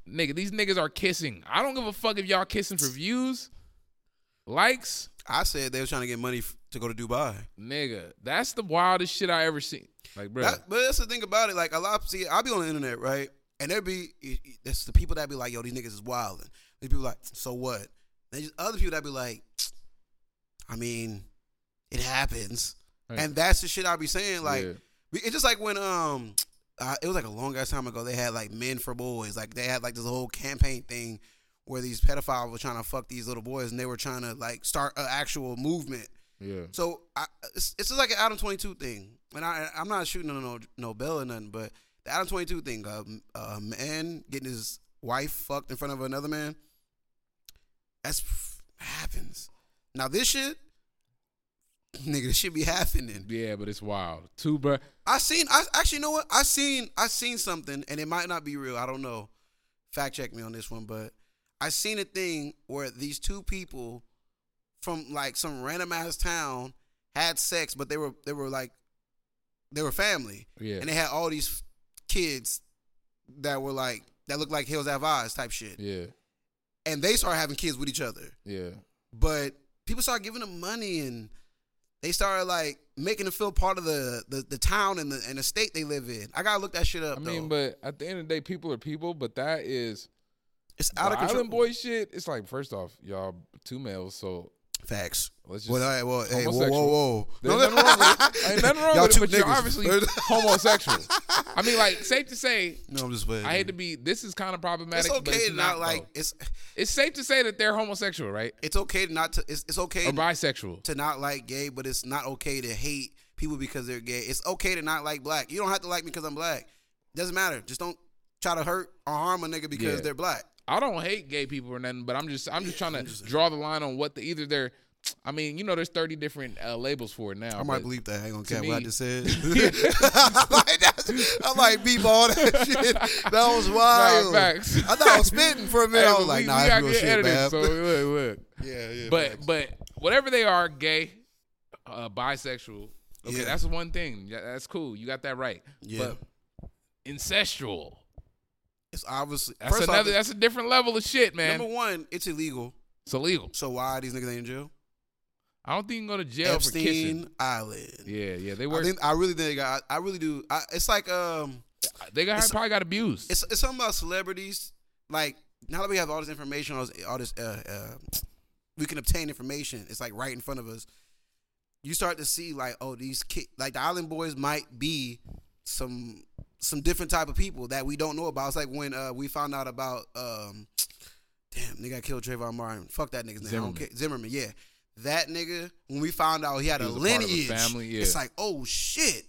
Nigga, these niggas are kissing. I don't give a fuck if y'all kissing for views, likes.
I said they was trying to get money f- to go to Dubai.
Nigga, that's the wildest shit I ever seen. Like, bro,
That- but that's the thing about it. Like a lot, see, I'll be on the internet, right? And there be that's the people that be like, "Yo, these niggas is wilding." These people like, "So what?" And just other people that be like, "I mean, it happens,"
Right.
and that's the shit I be saying. Like,
Yeah.
we- it's just like when um, uh, it was like a long ass time ago. They had like men for boys. Like they had like this whole campaign thing where these pedophiles were trying to fuck these little boys, and they were trying to like start an actual movement.
yeah,
So I, it's, it's just like an Adam Twenty Two thing, and I I'm not shooting no no, no bell or nothing, but the Adam Twenty Two thing, a, a man getting his wife fucked in front of another man, that's happens. Now this shit, nigga, this should be happening.
yeah, but it's wild. Two bro,
I seen I actually you know what I seen I seen something, and it might not be real. I don't know. Fact check me on this one, but I seen a thing where these two people from like some random ass town had sex, but they were they were like they were family,
Yeah.
and they had all these kids that were like that looked like Hills Have Eyes type shit,
yeah,
and they started having kids with each other,
yeah,
but people started giving them money and they started like making them feel part of the the, the town and the and the state they live in. I gotta look that shit up.
I mean,
though.
but at the end of the day, people are people. But that is
it's out of
the
control.
Island boy shit. It's like first off, y'all two males, so
Facts.
Let's just-
well, all right, well, hey, whoa, whoa,
homosexual.
whoa.
There's nothing wrong with it. Ain't nothing wrong
Y'all
with it,
two
but you're
niggas.
obviously homosexual. I mean, like, safe to say,
no, I'm just playing.
I hate to be. This is kind of problematic.
Mm-hmm. It's
but
okay to not
though.
like it's.
It's safe to say that they're homosexual, right?
It's okay to not to. It's, it's okay
Or bisexual.
to not like gay, but it's not okay to hate people because they're gay. It's okay to not like black. You don't have to like me because I'm black. Doesn't matter. Just don't try to hurt or harm a nigga because
Yeah.
they're black.
I don't hate gay people or nothing, but I'm just I'm just trying to draw the line on what the either they're. I mean, you know, there's 30 different uh, labels for it now.
I might
but-
believe that. I ain't gonna
to
cap what I
me-
just said. I'm like, that's, I'm like, beep all that shit. That was wild.
facts.
I thought I was spitting for a minute.
Hey,
I was
but
like,
we-
nah,
we
that's
out
real
here
shit,
edited,
man.
So look, look.
yeah, yeah.
But but whatever they are, gay, uh, bisexual. Okay,
Yeah.
that's one thing. Yeah, that's cool. You got that right.
Yeah.
But incestual.
it's obviously
That's
first
another.
off,
that's a different level of shit, man.
number one. It's illegal.
it's illegal.
So why are these niggas ain't in jail?
I don't think you can go to jail for kissing.
Epstein Island.
Yeah, yeah. They
I
were.
think I really think they got. I really do. I, it's like um,
They got
it's-
probably got abused.
it's it's something about celebrities. Like now that we have all this information, all this, all this uh, uh, we can obtain information. It's like right in front of us. You start to see like, oh, these kids, like the Island Boys, might be some some different type of people that we don't know about. It's like when uh, we found out about um, damn, nigga I killed Trayvon Martin. Fuck that nigga's name. I
Zimmerman.
don't care. Zimmerman, yeah. That nigga, when we found out he had
He
a
was a part of a
lineage,
family, yeah.
it's like, oh shit,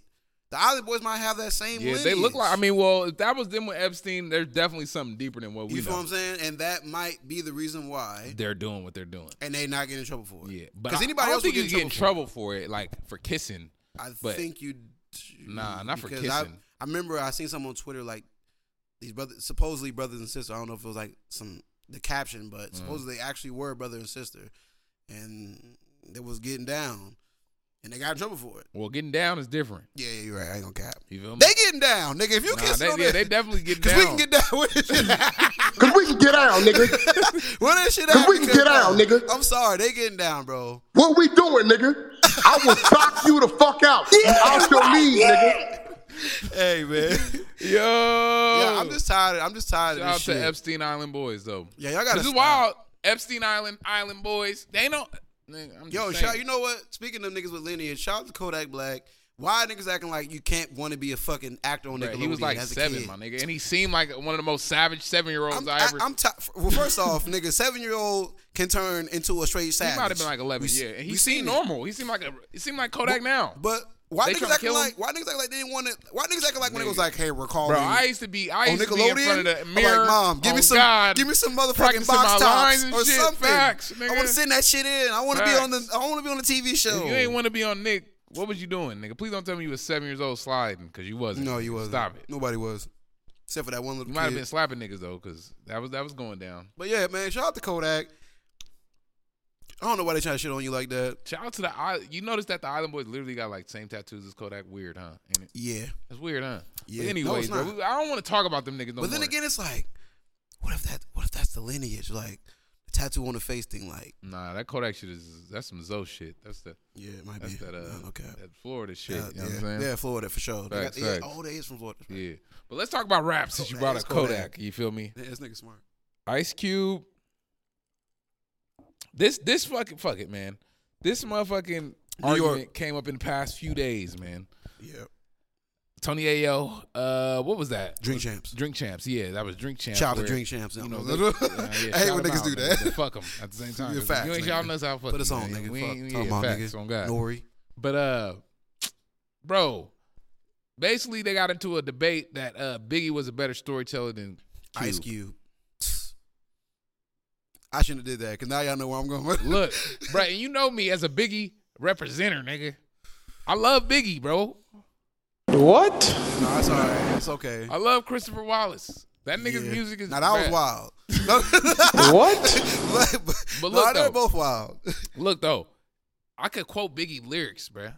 the Island Boys might have that same.
Yeah,
lineage.
they look like. I mean, well, if that was them with Epstein, there's definitely something deeper than what we
You feel
know.
what I'm saying? And that might be the reason why.
They're doing what they're doing.
And they not getting in trouble for it.
Yeah, but
because
I,
anybody
I don't
else
think
would
you get in
trouble.
trouble for it, like for kissing.
for it. I
but-
think you.
Nah, not for
because I-
kissing.
I, remember I seen something on Twitter like these brothers, supposedly brothers and sisters. I don't know if it was like some the caption,
Mm.
but supposedly they actually were brother and sister, and they was getting down, and they got in trouble for it.
Well, getting down is different.
Yeah, yeah, you're right. I ain't gonna cap.
You feel me?
They getting down, nigga. If you
Nah,
kissing
they-
on
yeah,
that,
they definitely getting
Cause we can
down.
get down with this shit.
Cause we can get out, nigga.
Where that shit
Cause
at?
we can
Because,
get down,
bro,
nigga.
I'm sorry, they getting down, bro.
What we doing, nigga? I will knock you the fuck out. Yeah, out your knees, nigga.
Hey man.
Yo,
Yeah, I'm just tired. I'm just tired
shout
of
out
this
to
shit.
Epstein Island boys though.
Yeah, y'all gotta
This is
stop.
wild. Epstein Island Island boys. They don't. Nigga, I'm
Yo,
just saying.
shout, you know what? Speaking of niggas with lineage, shout out to Kodak Black. Why niggas acting like you can't want to be a fucking actor on
Bruh,
Nickelodeon
he was like
as a
seven,
kid?
my nigga, and he seemed like one of the most savage seven year olds
I'm,
I,
I,
ever.
I'm ti- well, first off, nigga, seven year old can turn into a straight
he
savage.
might have been like eleven,
We s-
yeah, and he
we
seemed
seen it.
normal. He seemed like a. He seemed like Kodak now.
But why
They
niggas
tryna
acting
kill him?
like why niggas acting like they didn't want to? Why niggas acting like when it was
Nigga.
like, hey, we're calling.
Bro, I used to be. I
on
used to be in
Nickelodeon,
front of the
I'm
mirror.
like, mom, give me
on
some,
God,
give me some motherfucking
practicing
box
my
tops
lines and
or
shit.
something.
Facts,
I
nigga.
want to send that shit in. I want to be on the,
Facts.
I want to be on the TV show.
If you ain't want to be on Nick, what was you doing, nigga? Please don't tell me you was seven years old sliding, because you wasn't.
No, you wasn't.
Stop it.
Nobody was, except for that one little
You might have
kid.
been slapping niggas though, because that was that was going down.
But yeah, man, shout out to Kodak. I don't know why they trying to shit on you like that.
Shout out to the I- you noticed that the Island Boys literally got like same tattoos as Kodak. Weird, huh? Ain't it?
Yeah,
That's weird, huh?
Yeah. No,
But anyways,
it's not.
bro, we- I don't want to talk about them niggas no
but then
more.
again, it's like, what if that? What if that's the lineage? Like the tattoo on the face thing. Like,
nah, that Kodak shit is that's some Zoe shit. That's the
yeah, it might
that's
be.
that uh
No, okay.
that Florida shit.
Yeah,
you know
yeah,
what I'm
yeah,
saying?
Florida for sure. They got-
Facts,
yeah,
facts.
Oh, they is from Florida.
Yeah. But let's talk about rap since you
Kodak
brought
is
up
Kodak.
Kodak. You feel me?
Yeah, this nigga smart.
Ice Cube. This this fucking fuck it, man. This motherfucking
New York.
argument came up in the past few days, man.
Yeah,
Tony Ayo, uh, what was that?
drink champs.
Drink champs, yeah, that was drink champs.
Shout out to
where-
Drink Champs.
You know,
No,
they-
no, no.
yeah,
I hate
shout
when
them
niggas
out,
do
man,
that.
but Fuck them at the same time.
Yeah,
'cause
facts,
you ain't
nigga.
shouting us out. Fuck
Put us
you,
on,
man.
nigga.
We
Fuck.
ain't-
Come
yeah,
on,
facts
nigga.
on God.
Nori.
But uh, bro, basically they got into a debate that uh, Biggie was a better storyteller than Cube.
Ice Cube. I shouldn't have did that because now y'all know where I'm going. with it.
Look, bro, and you know me as a Biggie representer, nigga. I love Biggie, bro.
What?
Nah, it's all right. It's okay.
I love Christopher Wallace. That nigga's
Yeah.
music is
now that was
rap.
wild. No,
What?
but, but,
But
no,
look,
they're
though.
both wild.
Look though, I could quote Biggie lyrics, bruh.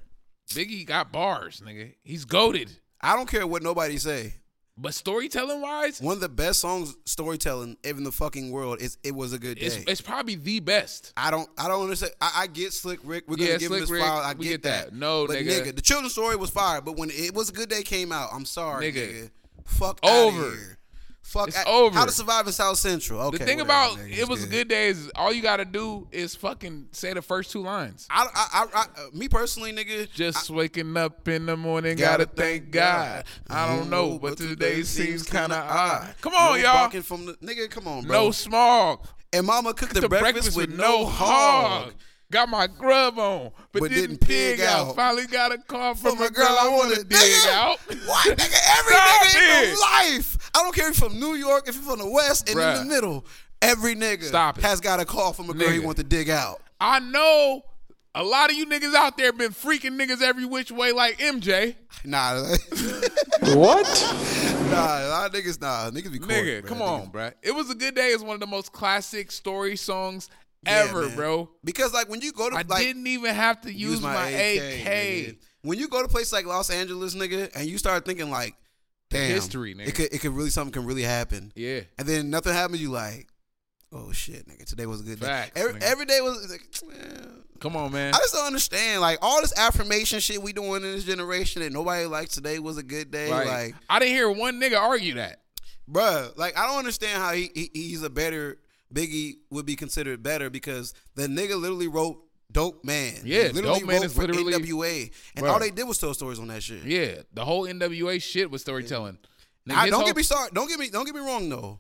Biggie got bars, nigga. He's goaded.
I don't care what nobody say.
But storytelling wise,
One of the best songs storytelling in the fucking world is "It Was a Good Day."
it's, it's probably the best.
I don't, I don't understand. I, I get Slick Rick. We're gonna
Yeah,
give
Slick
him this
Rick,
flowers. I
we
get
get
that.
that. No,
but
nigga.
The children's story was fire, but when "It Was a Good Day" came out, I'm sorry, nigga.
Nigga.
Fuck
Over.
Out of here. Fuck.
It's
I-
over.
How to survive in South Central. Okay.
the thing
whatever,
about
nigga, it's
it was good days. All you gotta do is fucking say the first two lines.
I, I, I, I, uh, me personally, nigga.
Just waking up in the morning, gotta thank God. I don't know, but today seems kind of odd. Come on,
No
y'all.
Walking from the nigga, come on, bro.
No smog.
and Mama cooked the,
The
breakfast, with, no hog.
Got my grub on, but, didn't pig, out. Finally got a call from, a girl I want to dig
nigga.
out.
What, nigga? Every
Stop
nigga in your
it.
life. I don't care if you're from New York, if you're from the West, and in
Bruh.
the middle. Every nigga
Stop it.
has got a call from a girl he
Nigga.
want to dig out.
I know a lot of you niggas out there been freaking niggas every which way like MJ.
Nah,
What?
nah, a lot of niggas, nah, niggas be cool.
Nigga, come on, bruh. It was a good day is one of the most classic story songs ever,
man.
bro.
Because like when you go to
I
like
didn't even have to use, my, AK.
nigga. When you go to places like Los Angeles, nigga, and you start thinking like, damn,
history, nigga.
It could, it could really something can really happen.
Yeah.
And then nothing happens. You like, oh shit, nigga, today was a good
Facts,
day. Every,
nigga.
every day was. Like, eh.
Come on, man.
I just don't understand like all this affirmation shit we doing in this generation that nobody likes. Today was a good day.
Like,
Like,
I didn't hear one nigga argue that.
bruh, like I don't understand how he, he he's a better Biggie would be considered better because the nigga literally wrote. Dope man, He
Yeah,
literally
Dope Man
wrote
is
for
literally-
NWA, and
Bruh.
all they did was tell stories on that shit.
Yeah, the whole NWA shit was storytelling. Nigga,
I,
his
don't
whole-
get me started. Don't get me. Don't get me wrong though.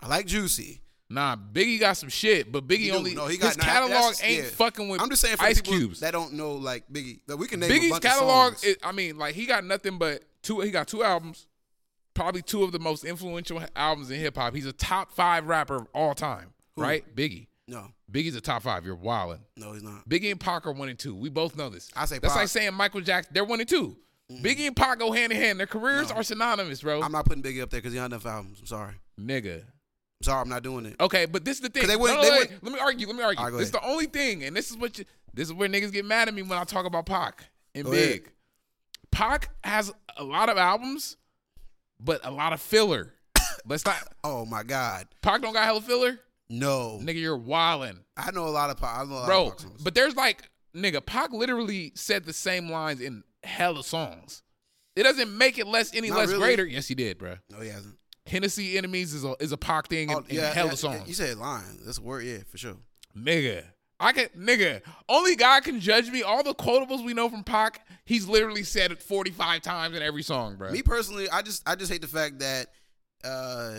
I like Juicy.
Nah, Biggie got some shit, but Biggie
You do.
only
No, he
his
nah,
catalog
that's-
ain't
yeah.
fucking with.
I'm just saying for
Ice
people
Cubes.
that don't know like Biggie. That we can name a
Biggie's
bunch
catalog.
Of songs.
Is, I mean, like he got nothing but two. He got two albums, probably two of the most influential albums in hip hop. He's a top five rapper of all time, right? Biggie.
no,
Biggie's a top five. You're wildin'.
no, he's not.
Biggie and Pac are one and two. We both know this.
I say
that's
Pac. Mm-hmm.
like saying Michael Jackson. They're one and 2 Biggie and Pac go hand in hand. Their careers are synonymous, bro.
I'm not putting Biggie up there because he on enough albums. I'm sorry. I'm
Nigga.
sorry. I'm not doing it.
Okay, but this is the thing.
'Cause they
No,
wouldn't-
no,
they
wait.
wouldn't-
Let me argue. Let me argue.
Alright, go
this is
ahead.
the only thing, and this is what you, this is where niggas get mad at me when I talk about Pac and
Go ahead.
Big. Pac has a lot of albums, but a lot of filler. Let's not.
Oh my God.
Pac don't got hella filler.
No.
Nigga, you're wildin',
I know a lot of pop. I know a lot
bro.
of pop songs.
But there's like nigga, Pac literally said the same lines in hella songs. It doesn't make it less any
Not
less
really.
greater. Yes, he did, bro.
no, he hasn't.
Hennessy enemies is a is a Pac thing in,
Oh,
in hella songs.
You said lying. That's a word. Yeah, for sure.
Nigga. I can nigga. Only God can judge me. All the quotables we know from Pac, he's literally said it 45 times in every song, bro.
Me personally, I just I just hate the fact that uh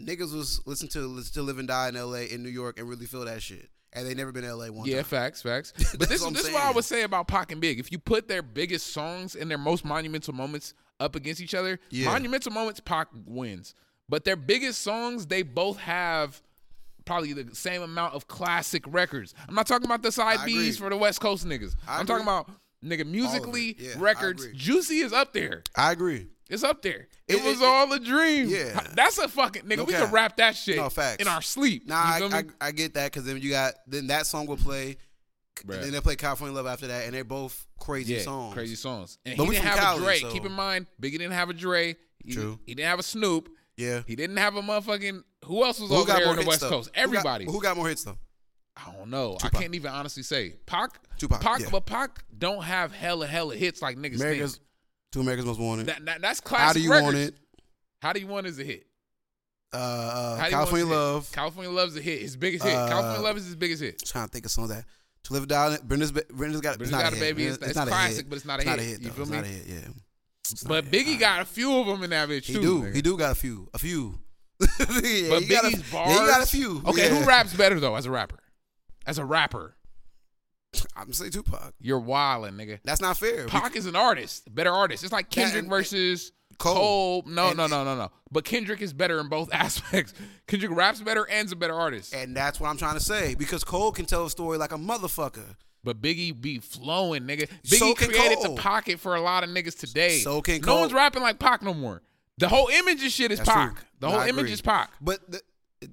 niggas was listen to listen to live and die in L.A. in New York and really feel that shit, and they never been to L.A. one
yeah,
time.
facts, facts. But
That's
this,
what I'm
this is what I
saying.
would say about Pac and Big. If you put their biggest songs and their most monumental moments up against each other,
Yeah.
monumental moments, Pac wins. But their biggest songs, they both have probably the same amount of classic records. I'm not talking about the side
I agree.
B's for the West Coast niggas.
I
I'm
agree.
talking about nigga musically
Yeah, I
records.
agree.
Juicy is up there.
I agree.
It's up there. It,
It-
was
it-
all a dream.
Yeah.
That's a fucking nigga.
No
we
cap.
can rap that shit
No, facts.
in our sleep.
Nah, I,
you feel
I,
me?
I get that because then you got then that song will play,
Bruh.
and then they play California Love after that, and they're both crazy
yeah,
songs.
crazy songs. And
But
he
we
didn't
from
have
Cali,
a Dre.
so-
Keep in mind, Biggie didn't have a Dre. He,
True.
He didn't have a Snoop.
Yeah.
He didn't have a motherfucking. Who else was over
got
there
more
on the
hits
West
though?
Coast?
Who got-
Everybody.
Who got more hits though?
I don't know. I
Tupac.
can't even honestly say. Pac.
Tupac,
Pac.
yeah.
But Pac don't have hella hella hits like niggas
America's
think.
two America's most wanted.
That, that- that's classic.
How do you want
records.
it?
How do you want is a hit?
Uh, uh,
How Do You Want
California
Is a Hit?
Love.
California Love's a hit. His biggest hit.
Uh,
California Love is his biggest hit.
trying to think of songs that to live down. Brenda's Brenda's got
Brenda's
it's not
Got a
hit.
Baby is- it's
not a
classic,
hit.
but it's not a
Not a
hit.
hit
You
though.
feel
it's
me?
Not a hit. Yeah. It's not a
But
hit.
Biggie got a few of them in that bitch
He
too.
do.
nigga.
He do got a few. A few. yeah,
But
he got a,
Biggie's bars.
Yeah, he got a few.
Okay,
yeah.
who raps better though as a rapper? As a rapper,
I'm saying Tupac.
you're wildin', nigga.
That's not fair. We-
Pac is an artist, better artist. It's like Kendrick
and-
versus
Cole.
Cole. No,
And-
no, no, no, no. But Kendrick is better in both aspects. Kendrick raps better and's a better artist.
And that's what I'm trying to say because Cole can tell a story like a motherfucker.
But Biggie be flowing, nigga. Biggie
So can
created
Cole.
the pocket for a lot of niggas today.
So can
no
Cole.
one's rapping like Pac no more. The whole image of shit is
That's
Pac.
true.
The
No,
whole
I
image
agree.
is Pac.
But the,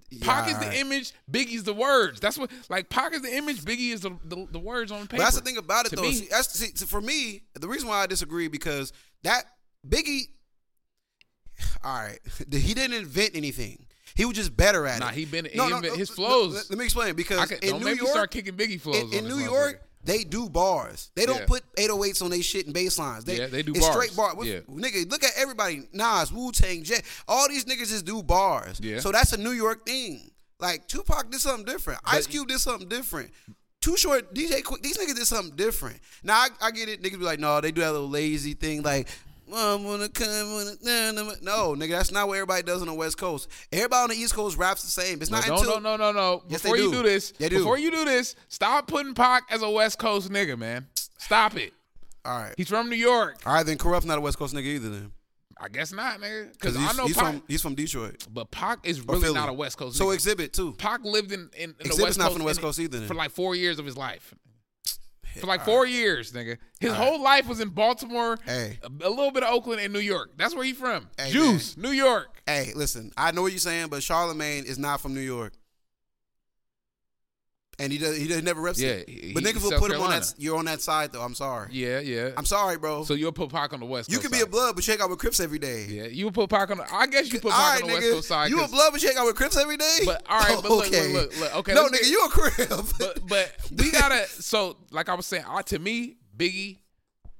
yeah,
Pac is
all
the
right.
image, Biggie's the words. That's what like Pac is the image, Biggie is the the, the words on paper.
But that's the thing about it
To
though.
me-
See, that's see, so for me the reason why I disagree because that Biggie. All right, he didn't invent anything. He was just better at
Nah,
it. uh,
he been- he invent- his flows.
let- let me explain because
I can,
in
don't
New
make
York,
me start kicking Biggie flows.
in, in
on this
New
motherfucker.
York, They do bars. They don't
Yeah.
put 808s on their shit and bass lines. They,
Yeah, they do
it's
bars.
straight bar. What-
Yeah.
Nigga, look at everybody. Nas, Wu Tang, Jet. All these niggas just do bars.
Yeah.
So that's a New York thing. Like Tupac did something different. Ice Cube did something different. Too short, DJ Quick. These niggas did something different. Now I, I get it. Niggas be like, no, they do that little lazy thing. Like, "Well, I'm gonna come. Wanna, nah, nah, nah." no, nigga, that's not what everybody does on the West Coast. Everybody on the East Coast raps the same. It's not
No,
until
no, no, no, no.
Yes, they
before you
do.
do this,
They do.
before you do this, stop putting Pac as a West Coast nigga, man. Stop it.
All right.
He's from New York.
All right, then Corrupt's not a West Coast nigga either then.
I guess not, nigga.
Because
Because I
he's,
know
he's,
Pac,
from, he's from Detroit.
but Pac is
or
really
Philly.
not a West Coast.
So
nigga.
Exhibit, too.
Pac lived in in, in the
Exhibit's
West
not
Coast
from the West
and-
Coast either, then.
for like four years of his life. For like four years, nigga. His whole life was in Baltimore,
Hey.
a, a little bit of Oakland, and New York. That's where he from.
Hey,
Juice, New York.
Hey, listen, I know what you're saying, but Charlemagne is not from New York. And he does, he does, never reps it.
Yeah, he-
but
he-
niggas
he's
will
South
put him on that.
Carolina.
s- You're on that side, though. I'm sorry.
Yeah, yeah.
I'm sorry, bro.
so you'll put Pac on the West
you
Coast.
can be a
side.
blood, but shake out with Crips every day.
Yeah, you put Pac on. The, I guess you put
all
Pac
right,
on the West Coast
nigga.
side.
You a
'cause-
blood, but shake out with Crips every day.
But, all right, but look,
okay.
look, look, look, okay,
No,
let's
nigga,
get-
you a Crip.
but but we gotta. So like I was saying, I, to me, Biggie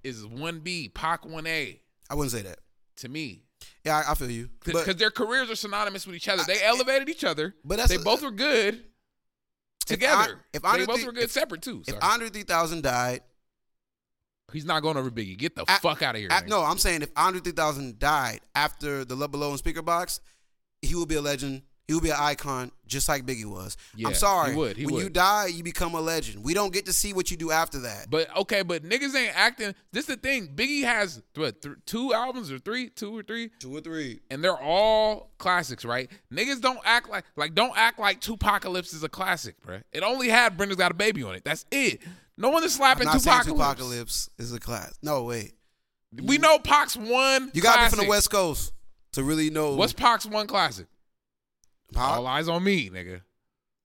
is one B, Pac one A.
I wouldn't say that.
To me,
Yeah, I, I feel you. But-
because their careers are synonymous with each other. They elevated each other.
But
But
that's
they
a-
both were good together.
if
If,
I
they
didn't
both
think-
were good
if-
separate too.
If
Sorry.
Andre 3000 died,
He's not going over Biggie. Get the
I-
fuck out of here.
I-
nigga.
no, I'm saying if Andre 3000 died after the Love Below and Speaker Box, he would be a legend. He would be an icon, just like Biggie was.
Yeah,
I'm
he
sorry.
would, he
when
would.
you die, you become a legend. We don't get to see what you do after that.
But okay, but niggas ain't acting. This the thing. Biggie has what th- two albums or three, two or three,
Two or three.
and they're all classics, right? Niggas don't act like like don't act like Tupacalypse is a classic, bruh. It only had Brenda's Got a Baby on it. That's it. No one is
I'm
slapping
not saying
Tupacalypse.
Tupacalypse is a class. No, wait.
We know Pac's one.
You got to be from
classic.
the West Coast to really know.
What's Pac's one classic?
Pac?
All eyes on me, nigga.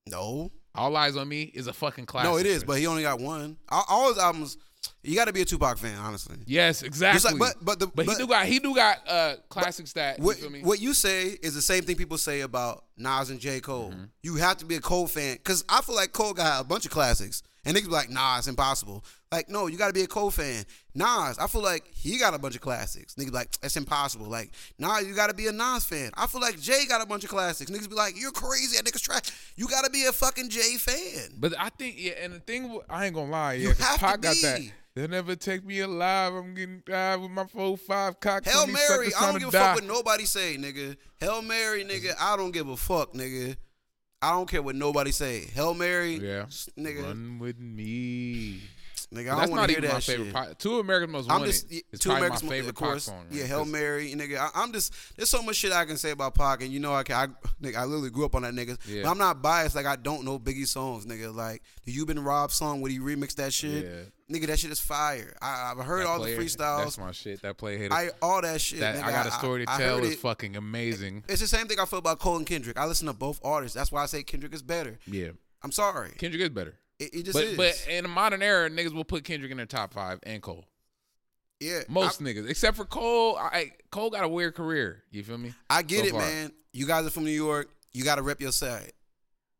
No.
All eyes on me is a fucking classic.
No, it is,
bruh.
but he only got one. All, all his albums, you got to be a Tupac fan, honestly.
yes, exactly.
but- but the-
but he
but-
do got he do got uh classics that
What,
you feel me?
what you say is the same thing people say about Nas and J. Cole.
Mm-hmm.
You have to be a Cole fan because I feel like Cole got a bunch of classics, and niggas be like, "Nah, it's impossible." Like, no, you got to be a Cole fan. Nas, I feel like he got a bunch of classics. Niggas be like, "That's impossible." Like, nah, you got to be a Nas fan. I feel like Jay got a bunch of classics. Niggas be like, "You're crazy." That niggas trash. You got to be a fucking Jay fan.
But I think yeah, and the thing w- I ain't gonna lie, yeah,
You
'cause
have to
Pac got that.
be.
They'll never take me alive. I'm getting died with my four five cock.
Hail
20
Mary,
suckers
I
tryna
don't give a
die.
fuck what nobody say, nigga. Hail Mary, nigga, I don't give a fuck, nigga. I don't care what nobody say. Hail Mary,
Yeah,
s- nigga.
run with me.
Nigga, I
That's
don't
not
want to hear
even
that
my
shit.
favorite. Pac. Two America's Most
I'm
Wanted
just
is
two
probably
Americans,
my favorite
of course.
Pac song.
yeah,
right?
Hail
'Cause-
Mary, nigga. I, I'm just there's so much shit I can say about Pac, and you know I can. I, nigga, I literally grew up on that niggas.
Yeah.
But I'm not biased. Like I don't know Biggie songs, nigga. Like the You Been Robbed song when he remixed that shit,
Yeah.
nigga. That shit is fire. I, I've heard
that
all
player-
the
That's
freestyles.
my shit. That play hater.
I all that shit.
that
nigga.
I got a story to
I
tell
heard
is
it.
fucking amazing.
It's the same thing I feel about Cole and Kendrick. I listen to both artists. That's why I say Kendrick is better.
Yeah,
I'm sorry.
Kendrick is better.
It, it just
But
is.
but in the modern era, niggas will put Kendrick in their top five and Cole.
yeah, I-
Most niggas, except for Cole. I, Cole got a weird career. You feel me?
I get
So
it,
far.
man. You guys are from New York. You got to rep your side.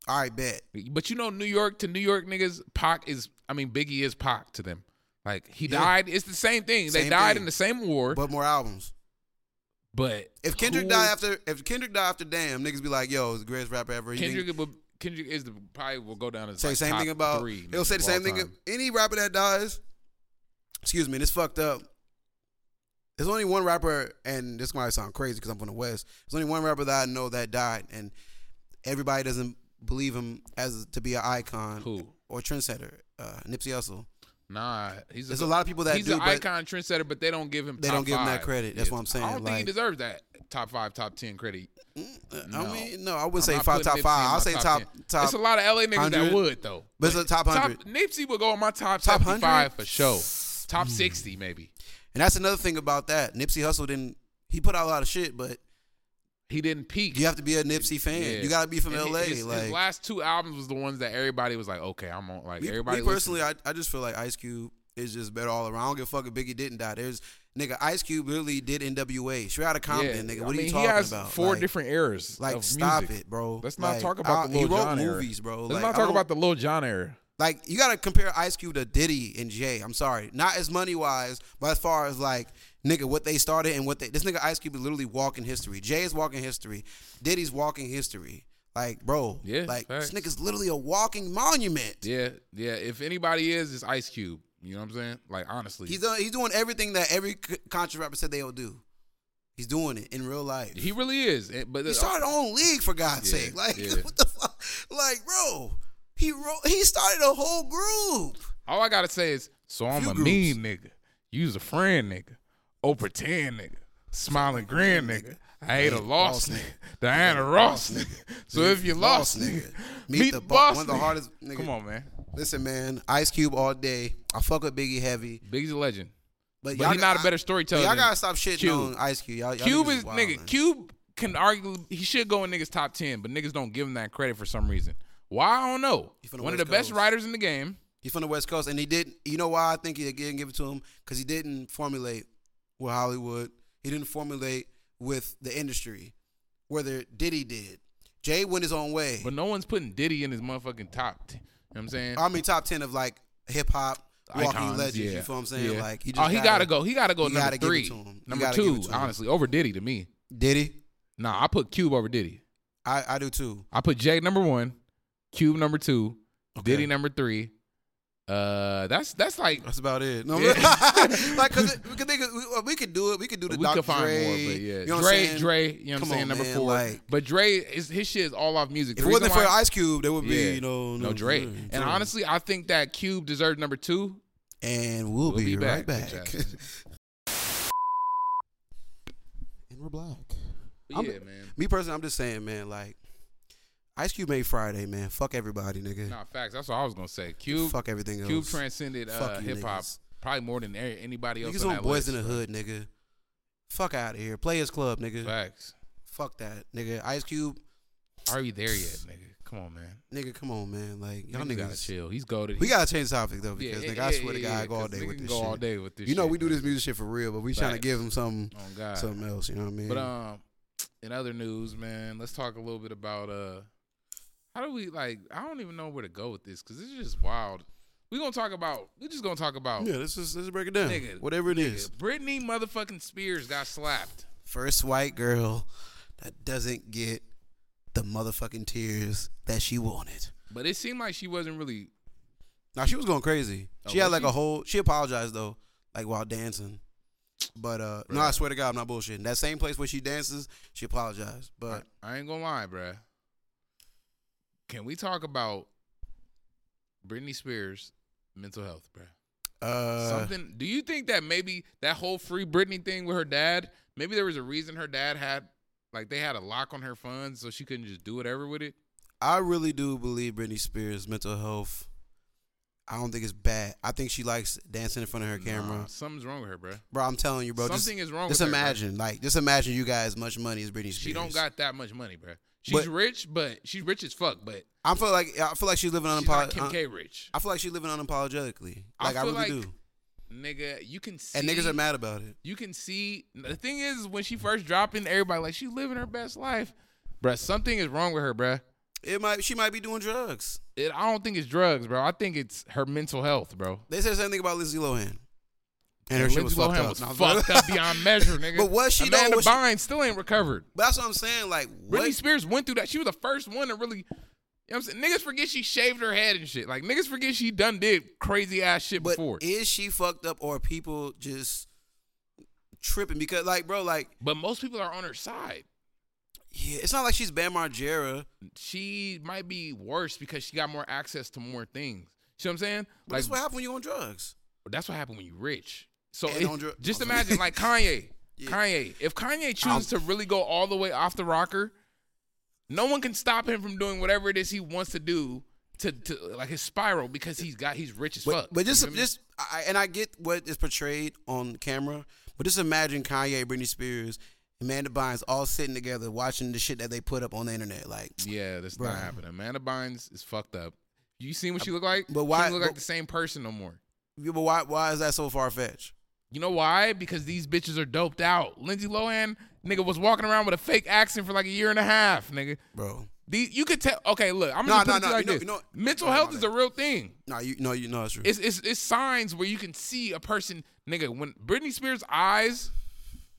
All right, bet.
But you know, New York to New York niggas, Pac is. I mean, Biggie is Pac to them. Like he
Yeah.
died. It's the same thing.
Same
they died
thing.
in the same war. But,
But more albums. If Kendrick
who-
died after, if Kendrick died after, damn, niggas be like, yo, he's the greatest rapper ever. He didn't-
Kendrick, would, Kendrick is the probably will go down as
say
like,
the same
top
thing about.
three.
It'll
niggas
say the
of
same
all
thing.
time.
Any rapper that dies, excuse me, this fucked up. There's only one rapper, and this might sound crazy because I'm from the West. There's only one rapper that I know that died, and everybody doesn't believe him as to be an icon
Who?
or trendsetter. Uh, Nipsey Hussle.
Nah, he's
There's a lot of people that
he's
do,
an
but-
icon trendsetter, but they don't give him.
They
top
don't give him that
five.
credit. That's what I'm saying,
I don't think he
like-
deserves that top five, top ten credit.
Uh, I
No.
mean, no, I wouldn't
I'm
say
not
five,
putting
top
Nipsey
five.
in
I'll
my
say top,
10.
top.
It's a lot of LA niggas
100.
that would though.
But it's a top 100.
Nipsey would go on my top,
Top Hmm. 100?
75 for sure. Top 60 maybe.
And that's another thing about that. Nipsey Hussle didn't. He put out a lot of shit, but
He didn't peak.
you have to be a Nipsey fan.
Yeah.
You got to be from
And
LA.
His, his
like
last two albums was the ones that everybody was like, okay, I'm on. Like
me,
everybody.
me personally, I, I just feel like Ice Cube is just better all around. I don't give a fuck if Biggie didn't die. There's nigga, Ice Cube literally did NWA. Straight out of
listened.
Compton, nigga. What
I
are
mean,
you talking
he has
about?
Four
Like-
different eras.
Like,
of
stop
music.
it, bro.
Let's not
Like,
talk
I-
about the
he
Lil
wrote
Jon era.
movies, bro.
Let's
Like,
not
I
talk
don't-
about the Lil John era.
Like you gotta compare Ice Cube to Diddy and Jay. I'm sorry, not as money wise, but as far as like nigga what they started and what they this nigga Ice Cube is literally walking history. Jay is walking history. Diddy's walking history. Like bro,
Yeah,
like
facts.
this nigga's literally a walking monument.
Yeah, yeah. If anybody is, it's Ice Cube. You know what I'm saying? Like honestly,
He's doing, he's doing everything that every c- conscious rapper said they would do. He's doing it in real life.
he really is. And- But
He started his own league for God's
Yeah,
sake. Like
yeah.
what the fuck? Like bro, he wrote. He started a whole group.
all I gotta say is, so I'm
Few
a
groups.
mean nigga. You's a friend nigga. Oh, pretend nigga. Smiling grin nigga. I ain't a lost nigga. Diana Ross nigga. So if you lost nigga,
Meet
meet
the
the
bo-
boss.
one of the
nigga.
hardest- nigga.
Come on, man.
Listen, man, Ice Cube all day. I fuck with Biggie heavy,
Biggie's a leglegend.
but,
But
y'all
he not a
I-
better storyteller
Y'all
than
gotta stop shitting
Cube.
on Ice Cube. Y'all, y'all
Cube
niggas
is nigga.
wildin'.
Cube can argue he should go in niggas top ten, but niggas don't give him that credit for some reason. Why I don't know.
He from the
One of the
West
best
Coast.
writers in the game.
He's from the West Coast, and he didn't. You know why I think he didn't give it to him? Because he didn't formulate with Hollywood. He didn't formulate with the industry, whether Diddy did. Jay went his own way.
But no one's putting Diddy in his motherfucking top. T- you know what I'm saying?
I mean, top ten of like hip hop walking
Icons,
legends.
yeah,
You feel what I'm saying?
yeah.
Like, he just
oh, he gotta, go. He gotta go
you
number
gotta give it
three.
to him. You
Number
gotta give
two,
it to him.
honestly, over Diddy to me.
Diddy,
Nah, I put Cube over Diddy.
I, I do too.
I put Jay number one, Cube number two,
Okay.
Diddy number three. Uh, that's that's like
That's about it. No,
Yeah.
like because we could think of- we, we could do it. We could do the
we
Dr.
could find
Dre,
more, but yeah,
you know what I'm
Dre,
saying?
Dre, you know what I'm
Come
saying,
on,
number
man,
four.
like-
but Dre is his shit is all off music.
If
The
it wasn't
reason
for
why-
Ice Cube, there would be
yeah,
you know
no Dre. And honestly, I think that Cube deserved number two.
and we'll,
We'll
be,
be
right
back,
back.
bitch
and we're black.
But
I'm-
yeah, man.
Me personally, I'm just saying, man, like Ice Cube made Friday, man. Fuck everybody, nigga.
Nah, facts. That's what I was gonna say. Cube,
Fuck everything else.
Cube transcended uh,
Fuck you
hip hop
niggas.
probably more than a- anybody else.
Niggas
on
on
that
Boys
list.
in the Hood, nigga. Fuck out of here. Players Club, nigga.
Facts.
Fuck that, nigga. Ice Cube,
Are you there yet, nigga? Come on, man.
nigga. Come on, man. Like y'all
Niggas
niggas.
gotta chill. He's goaded.
We
He's-
gotta change the topic though,
Yeah,
because
yeah,
nigga, I
yeah,
swear to
yeah,
God, I
yeah,
go all
'cause
day
nigga
with
can
this
go
shit.
all day with this
You know,
shit,
we do
man.
this music shit for real, but we trying to
Facts.
give him something,
Oh God.
something else. You know what I mean?
But um, in other news, man, let's talk a little bit about uh, how do we like? I don't even know where to go with this because it's just wild. We gonna talk about. We just gonna talk about.
yeah, let's just let's break it down.
Nigga,
Whatever it is.
Brittany motherfucking Spears got slapped.
first white girl that doesn't get the motherfucking tears that she wanted.
But it seemed like she wasn't really.
Now she was going crazy.
Oh,
she had
was
like
she?
a whole. She apologized though, like while dancing. But uh no, I swear to God, I'm not bullshitting. That same place where she dances, she apologized. But
I ain't gonna lie, bruh. Can we talk about Britney Spears' mental health, bruh?
uh,
Something. Do you think that maybe that whole free Britney thing with her dad? Maybe there was a reason her dad had, like, they had a lock on her funds, so she couldn't just do whatever with it.
I really do believe Britney Spears' mental health. I don't think it's bad. I think she likes dancing in front of her camera.
Nah, something's wrong with her, bruh.
Bro, I'm telling you, bro.
Something
just,
is wrong
Just
with her, bro.
imagine, like, just imagine you got as much money as Britney Spears.
She don't got that much money, bruh. She's
But-
rich, but she's rich as fuck. But
I feel like I feel like she's living
she's not
unapologetically.
Kim K rich,
I feel like she's living unapologetically.
I
Like I, really
feel like-
do.
nigga. You can see
And niggas are mad about it.
you can see the thing is when she first dropped in, everybody like she living her best life, bruh. Something is wrong with her, bruh.
It might she might be doing drugs.
It, I don't think it's drugs, bro. I think it's her mental health, bro.
They said the same thing about Lindsay Lohan. And her
Lindsay
shit was
Lohan
fucked
was
up. No,
fucked
but-
up beyond measure, nigga.
But was she, though?
Amanda
Was she-
Bynes still ain't recovered.
But that's what I'm saying. Like what?
Britney Spears went through that. She was the first one to really. You know what I'm saying? Niggas forget she shaved her head and shit. Like niggas forget she done did crazy ass shit
but
before.
is she fucked up or are people just tripping? Because like, bro, like,
but most people are on her side.
yeah, it's not like she's Bam Margera.
She might be worse because she got more access to more things. You know what I'm saying?
But that's what happens when you on drugs.
That's what happened when you rich. So
And
it-
on dr-
just
on-
imagine, like Kanye,
Yeah.
Kanye. If Kanye chooses to really go all the way off the rocker, no one can stop him from doing whatever it is he wants to do to, to like his spiral because he's got he's rich as fuck.
But, but just
You know what I mean?
just I, and I get what is portrayed on camera, but just imagine Kanye, Britney Spears, Amanda Bynes all sitting together watching the shit that they put up on the internet. Like,
yeah, that's
Bruh.
not happening. Amanda Bynes is fucked up. You seen what she look like?
But
She
why-
don't look like
but-
the same person no more?
yeah, but why why is that so far fetched?
You know why? Because these bitches are doped out. Lindsay Lohan, nigga, was walking around with a fake accent for like a year and a half, nigga.
bro.
These you could tell. Okay, look, I'm
No,
gonna
no,
just put
no,
it to you
you know-
like
you know-
this. Mental
no,
health
my
is a
bad.
real thing.
No, you no, you know it's true.
It's, it's it's signs where you can see a person, nigga. When Britney Spears' eyes,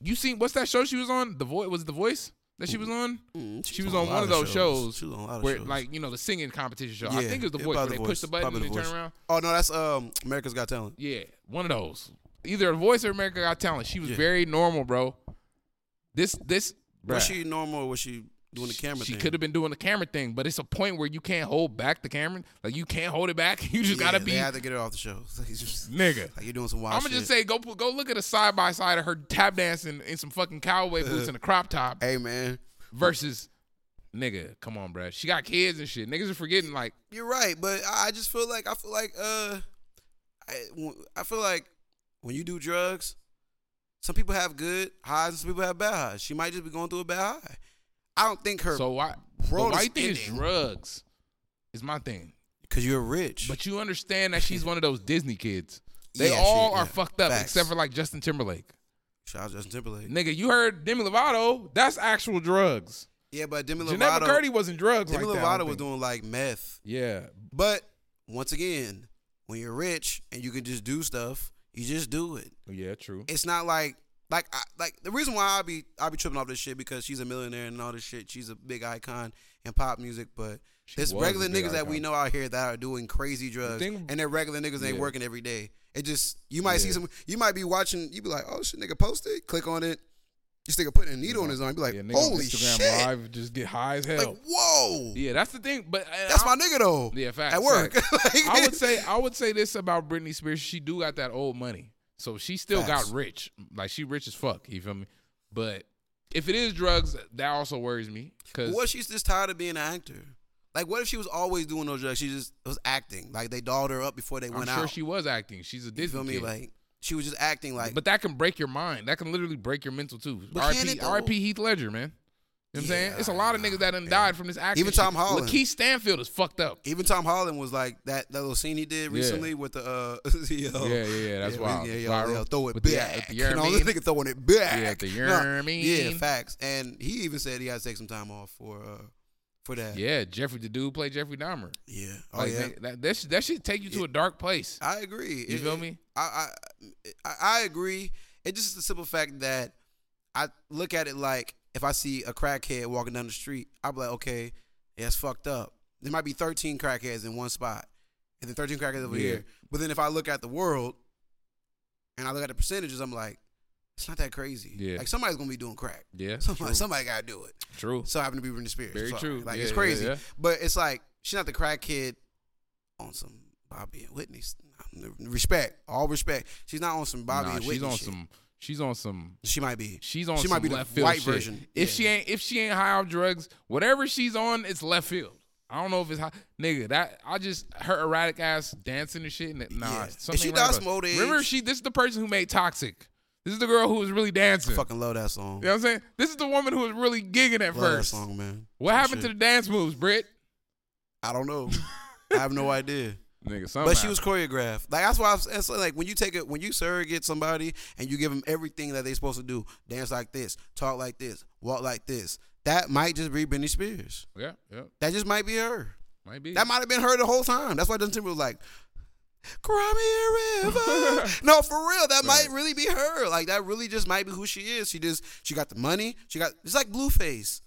you seen what's that show she was on? The voice was it the voice that she was on.
Mm, she
she
was on a
was on
lot
one of
of
those
shows.
shows,
She was on a lot of
where
shows.
like you know the singing competition show. I
Yeah,
think it was the
yeah,
voice where
probably
they push the button
Probably
and they turn
Voice.
around.
Oh no, that's um America's Got Talent.
Yeah, one of those. Either the voice or America Got Talent. She was very normal, bro. This this
Was
bruh,
she normal or was she doing the camera
she
thing?
could have been doing the camera thing, but it's a point where you can't hold back the camera. Like you can't hold it back. You just
Yeah,
gotta be
They had to get her off the show. It's just-
nigga.
like you're doing some wild
I'm
shit.
gonna just say go pu- go look at a side by side of her tap dancing in some fucking cowboy boots and a crop top
Uh, hey man,
versus nigga. Come on, bruh. She got kids and shit. Niggas are forgetting like
you're right, but I I just feel like I feel like uh, I, w- I feel like when you do drugs, some people have good highs and some people have bad highs. She might just be going through a bad high. I don't think her
so why
World
but why
is
you think it's
ending.
drugs? Is my thing.
because you're rich.
But you understand that she's one of those Disney kids. They
Yeah,
all
she- yeah.
are fucked up
Facts.
except for like Justin Timberlake.
shout out Justin Timberlake.
Nigga, you heard Demi Lovato? That's actual drugs.
yeah, but Demi
Janelle
Lovato.
McCurdy wasn't drugs
Demi
like that. I
Lovato
don't
was
think.
doing like meth.
Yeah,
But once again, when you're rich and you can just do stuff, you just do it.
yeah, true.
It's not like like I, like the reason why I be I be tripping off this shit because she's a millionaire and all this shit. She's a big icon in pop music, but it's
was a
regular
big
niggas that we
icon.
know out here that are doing crazy drugs
thing-
and they're regular niggas that ain't
Yeah.
working every day. It just you might see some you might be watching you be like oh shit nigga post it click on it this nigga putting a needle in his arm be like
Yeah, nigga on
holy
Instagram
shit
Live just get high as hell.
like whoa
yeah, that's the thing. But and
that's
I-
my nigga though
Yeah, facts.
at work
facts.
Like-
I would say I would say this about Britney Spears. She do got that old money, so she still
Facts.
got rich. Like she rich as fuck. You feel me? But if it is drugs, that also worries me because
What if she's just tired of being an actor? Like, what if she was always doing those drugs? She just was acting. Like they dolled her up before they
I'm
went
sure
out.
she was acting. She's a
you
Disney
feel me?
kid.
Like she was just acting. Like,
but that can break your mind. That can literally break your mental too.
But can it,
RP,
though?
RP Heath Ledger, man. You know what I'm saying?
Yeah,
It's a lot of niggas that done died from this acting.
Even Tom
shit.
Holland.
Lakeith Stanfield is fucked up.
even Tom Holland was like that. That little scene he did recently with the uh, yeah,
Yeah, yeah, yeah, that's wild.
Yeah, yeah,
Viral.
yeah, throw it
With the-
back.
with the
you know, this
yearning.
nigga throwing it back.
Yeah, the
Nah, yeah,
yearning.
facts. And he even said he had to take some time off for uh, for that.
Yeah, Jeffrey the dude played Jeffrey Dahmer.
yeah. Oh
Like,
yeah.
nigga, that, that, should, that should take you to a dark place.
I agree.
You
It-
feel
it-
me?
I, I I I agree. It just is the simple fact that I look at it like if I see a crackhead walking down the street, I'm like, okay, yeah, it's fucked up. There might be 13 crackheads in one spot, and then 13 crackheads over
Yeah.
here. But then if I look at the world, and I look at the percentages, I'm like, it's not that crazy.
Yeah.
Like somebody's gonna be doing crack.
Yeah,
Somebody, somebody gotta do it.
true.
So happened to be Britney Spears.
Very
Fuck.
true.
Like
Yeah,
it's
yeah,
crazy,
yeah.
but it's like she's not the crack kid on some Bobby and Whitney. Respect, all respect. She's not on some Bobby
Nah,
and Whitney.
she's on
shit.
some. She's on some.
She might be.
She's on.
She
some
might be the
left field
white
shit.
version.
If
Yeah.
she ain't, if she ain't high on drugs, whatever she's on, it's left field. I don't know if it's high, nigga. That I just her erratic ass dancing and shit. And, nah,
Yeah. And
something
she
ain't
got
right
some
about
old
it.
age-
Remember, she. This is the person who made Toxic. This is the girl who was really dancing.
fucking love that song.
You know what I'm saying? This is the woman who was really gigging at
love
first.
that song, man.
What
shit.
happened to the dance moves, Britt?
I don't know. I have no idea.
Nigga,
But she was choreographed. Like that's why I was, that's like when you take it when you surrogate somebody and you give them everything that they're supposed to do, dance like this, talk like this, walk like this. That might just be Britney Spears.
Yeah, yeah,
That just might be her.
might be.
That might have been her the whole time. That's why Justin Timberlake was like, "Cry me a river." no, for real, that might really be her. Like that really just might be who she is. She just she got the money. She got it's like Blueface.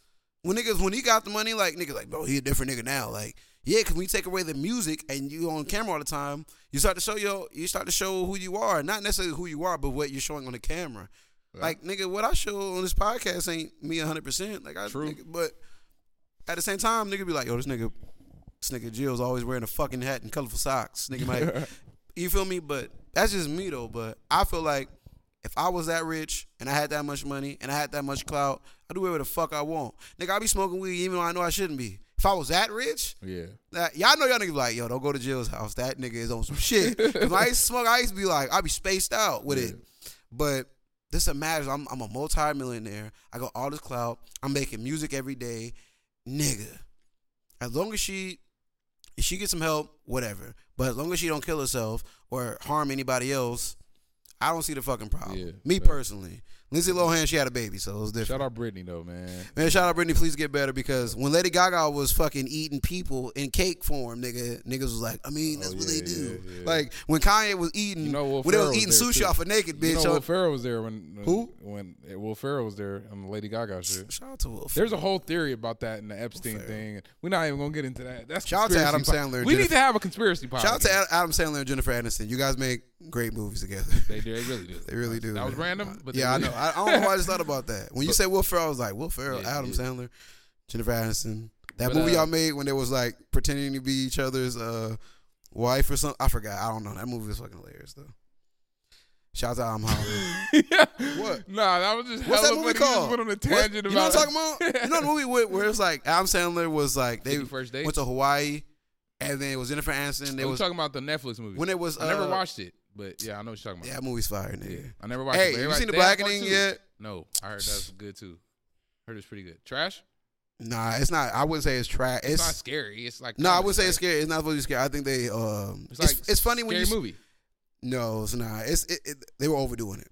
When niggas when he got the money, like niggas like, bro, he a different nigga now. Like yeah, because when you take away the music and you on camera all the time, you start to show your you start to show who you are. Not necessarily who you are, but what you're showing on the camera. Like nigga, what I show on this podcast ain't me 100. percent Like I
True.
Nigga, but at the same time, nigga be like, yo, this nigga this nigga Jill's always wearing a fucking hat and colorful socks. Nigga might you feel me? But that's just me though. But I feel like if I was that rich and I had that much money and I had that much clout, I do whatever the fuck I want. Nigga, I be smoking weed even though I know I shouldn't be. If I was that rich,
yeah.
that, y'all know y'all niggas be like, yo, don't go to Jill's house. That nigga is on some shit. 'Cause when I used to smoke, I used to be like, I be spaced out with it. But this imagine I'm I'm a multi-millionaire. I got all this clout. I'm making music every day. Nigga. As long as she if she gets some help, whatever. But as long as she don't kill herself or harm anybody else, I don't see the fucking problem.
Yeah,
Me
facts.
personally. Lindsay Lohan, she had a baby, so it was different.
Shout out Brittany though, man.
Man, shout out Britney, please get better because when Lady Gaga was fucking eating people in cake form, nigga, niggas was like, I mean,
Oh,
that's what they do. Like when Kanye was eating,
You know Will
when they
Ferrell
was eating
was there,
sushi
too.
off a naked bitch.
you know,
I-
Will Ferrell was there when
Who?
when eh, Will Ferrell was there on the Lady Gaga shit.
shout out to Will. Ferrell.
There's a whole theory about that in the Epstein thing. We're not even gonna get into that. That's
Shout out to Adam
conspiracy po-
Sandler,
We need
Jennifer-
to have a conspiracy podcast.
Shout out to Ad- Adam Sandler and Jennifer Aniston. You guys make great movies together.
They, do- they really do.
They really do.
That was
man.
random, but
yeah,
they
I
really-
know. I, I don't know why I just thought about that. When you said Will Ferrell, I was like Will Ferrell,
Yeah,
Adam
yeah.
Sandler, Jennifer Aniston. That
But,
movie
uh,
y'all made when they was like pretending to be each other's uh, wife or something. I forgot. I don't know. That movie was fucking hilarious though. Shout out to Adam Holland. What?
Nah, that was just
What's that
hella
movie
funny. You just
called?
went on a
What-
tangent
you know what
about
I'm talking about? you know the movie where, where it's like Adam Sandler was like they
Fifty First Dates?
went to Hawaii, and then it was Jennifer Aniston. They
We're
was
talking about the Netflix movie.
when it was,
I never
uh,
watched it, but yeah, I know what you're talking
yeah,
about.
that movie's fire, nigga.
I never watched
Hey,
it. but
you
everybody-
seen The
they had part
Blackening
two.
yet?
No, I heard that's good too. Heard it's pretty good. Trash?
Nah, it's not. I wouldn't say it's trash.
It's,
It's,
not scary. It's like
no, I would say
comedy,
it's scary. It's not supposed to be scary. I think they um,
right?
it's, it's, funny when
scary
you s-
movie.
No, it's not. It's it, it, they were overdoing it.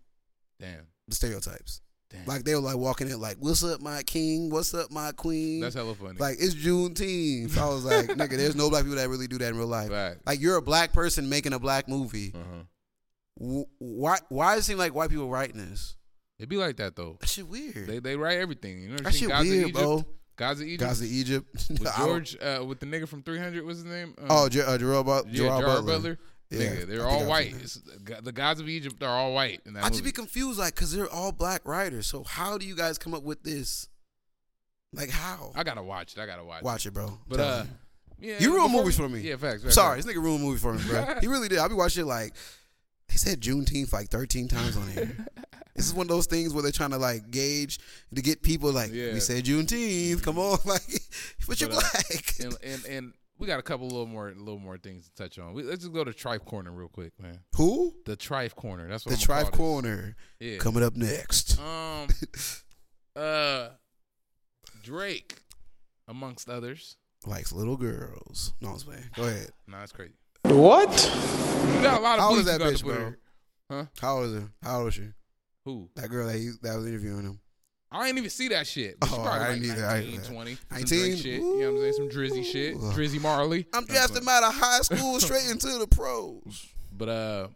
Damn,
The stereotypes.
Damn.
Like they were like walking in like, "What's up, my king? What's up, my queen?"
that's hella funny.
like it's Juneteenth. I was like, "Nigga, there's no black people that really do that in real life."
Right.
Like you're a black person making a black movie.
uh-huh.
Wh- Why? Why does it seem like white people writing this?
It'd be like that though.
That shit weird.
They they write everything. You know what
That
I'm
shit
saying? Gods of
weird,
Egypt.
bro.
Gods of Egypt.
Guys in Egypt.
with
I don't-
George, uh, with the nigga from 300, what's his name? Um,
Oh, Ger- uh, Gerard, Bu-
yeah, Gerard, Butler.
Yeah,
Nigga,
I
they're
think I've
all
seen
white.
that.
It's, the gods of Egypt are all white. In that
I
movie.
just be confused, like, cause they're all black writers. So how do you guys come up with this? Like how?
I gotta watch it. I gotta watch. it.
Watch it, bro.
But
Tell
uh,
me.
yeah,
you ruined
before-
movies for me.
Yeah, facts.
I'm
facts,
sorry,
facts.
this nigga ruined movies for me, bro. he really did. I be watching it like they said Juneteenth like 13 times on here. this is one of those things where they're trying to like gauge to get people like
Yeah.
we said Juneteenth. Come on, like, but you're
But, uh,
black.
And, and and we got a couple little more little more things to touch on. We, let's just go to Trife Corner real quick, man.
Who?
The Trife Corner. That's
The
what I'm
Tribe Corner
Yeah.
coming up next.
Um. uh. Drake, amongst others.
Likes little girls. No, I'm just playing. Go ahead.
Nah, that's crazy.
What?
We got a lot of
How old is
beefs
that
about
bitch,
the
bro?
Twitter.
How old is her? How old is she?
Who?
That girl that, he, that was interviewing him.
I ain't even see that shit. But she's
Oh, I
probably like
ain't either. I ain't
19,
either.
20.
19?
Some Drake shit. You know what I'm saying? Some Drizzy shit.
Ooh.
Drizzy Marley.
I'm drafting out of high school straight into the pros.
But uh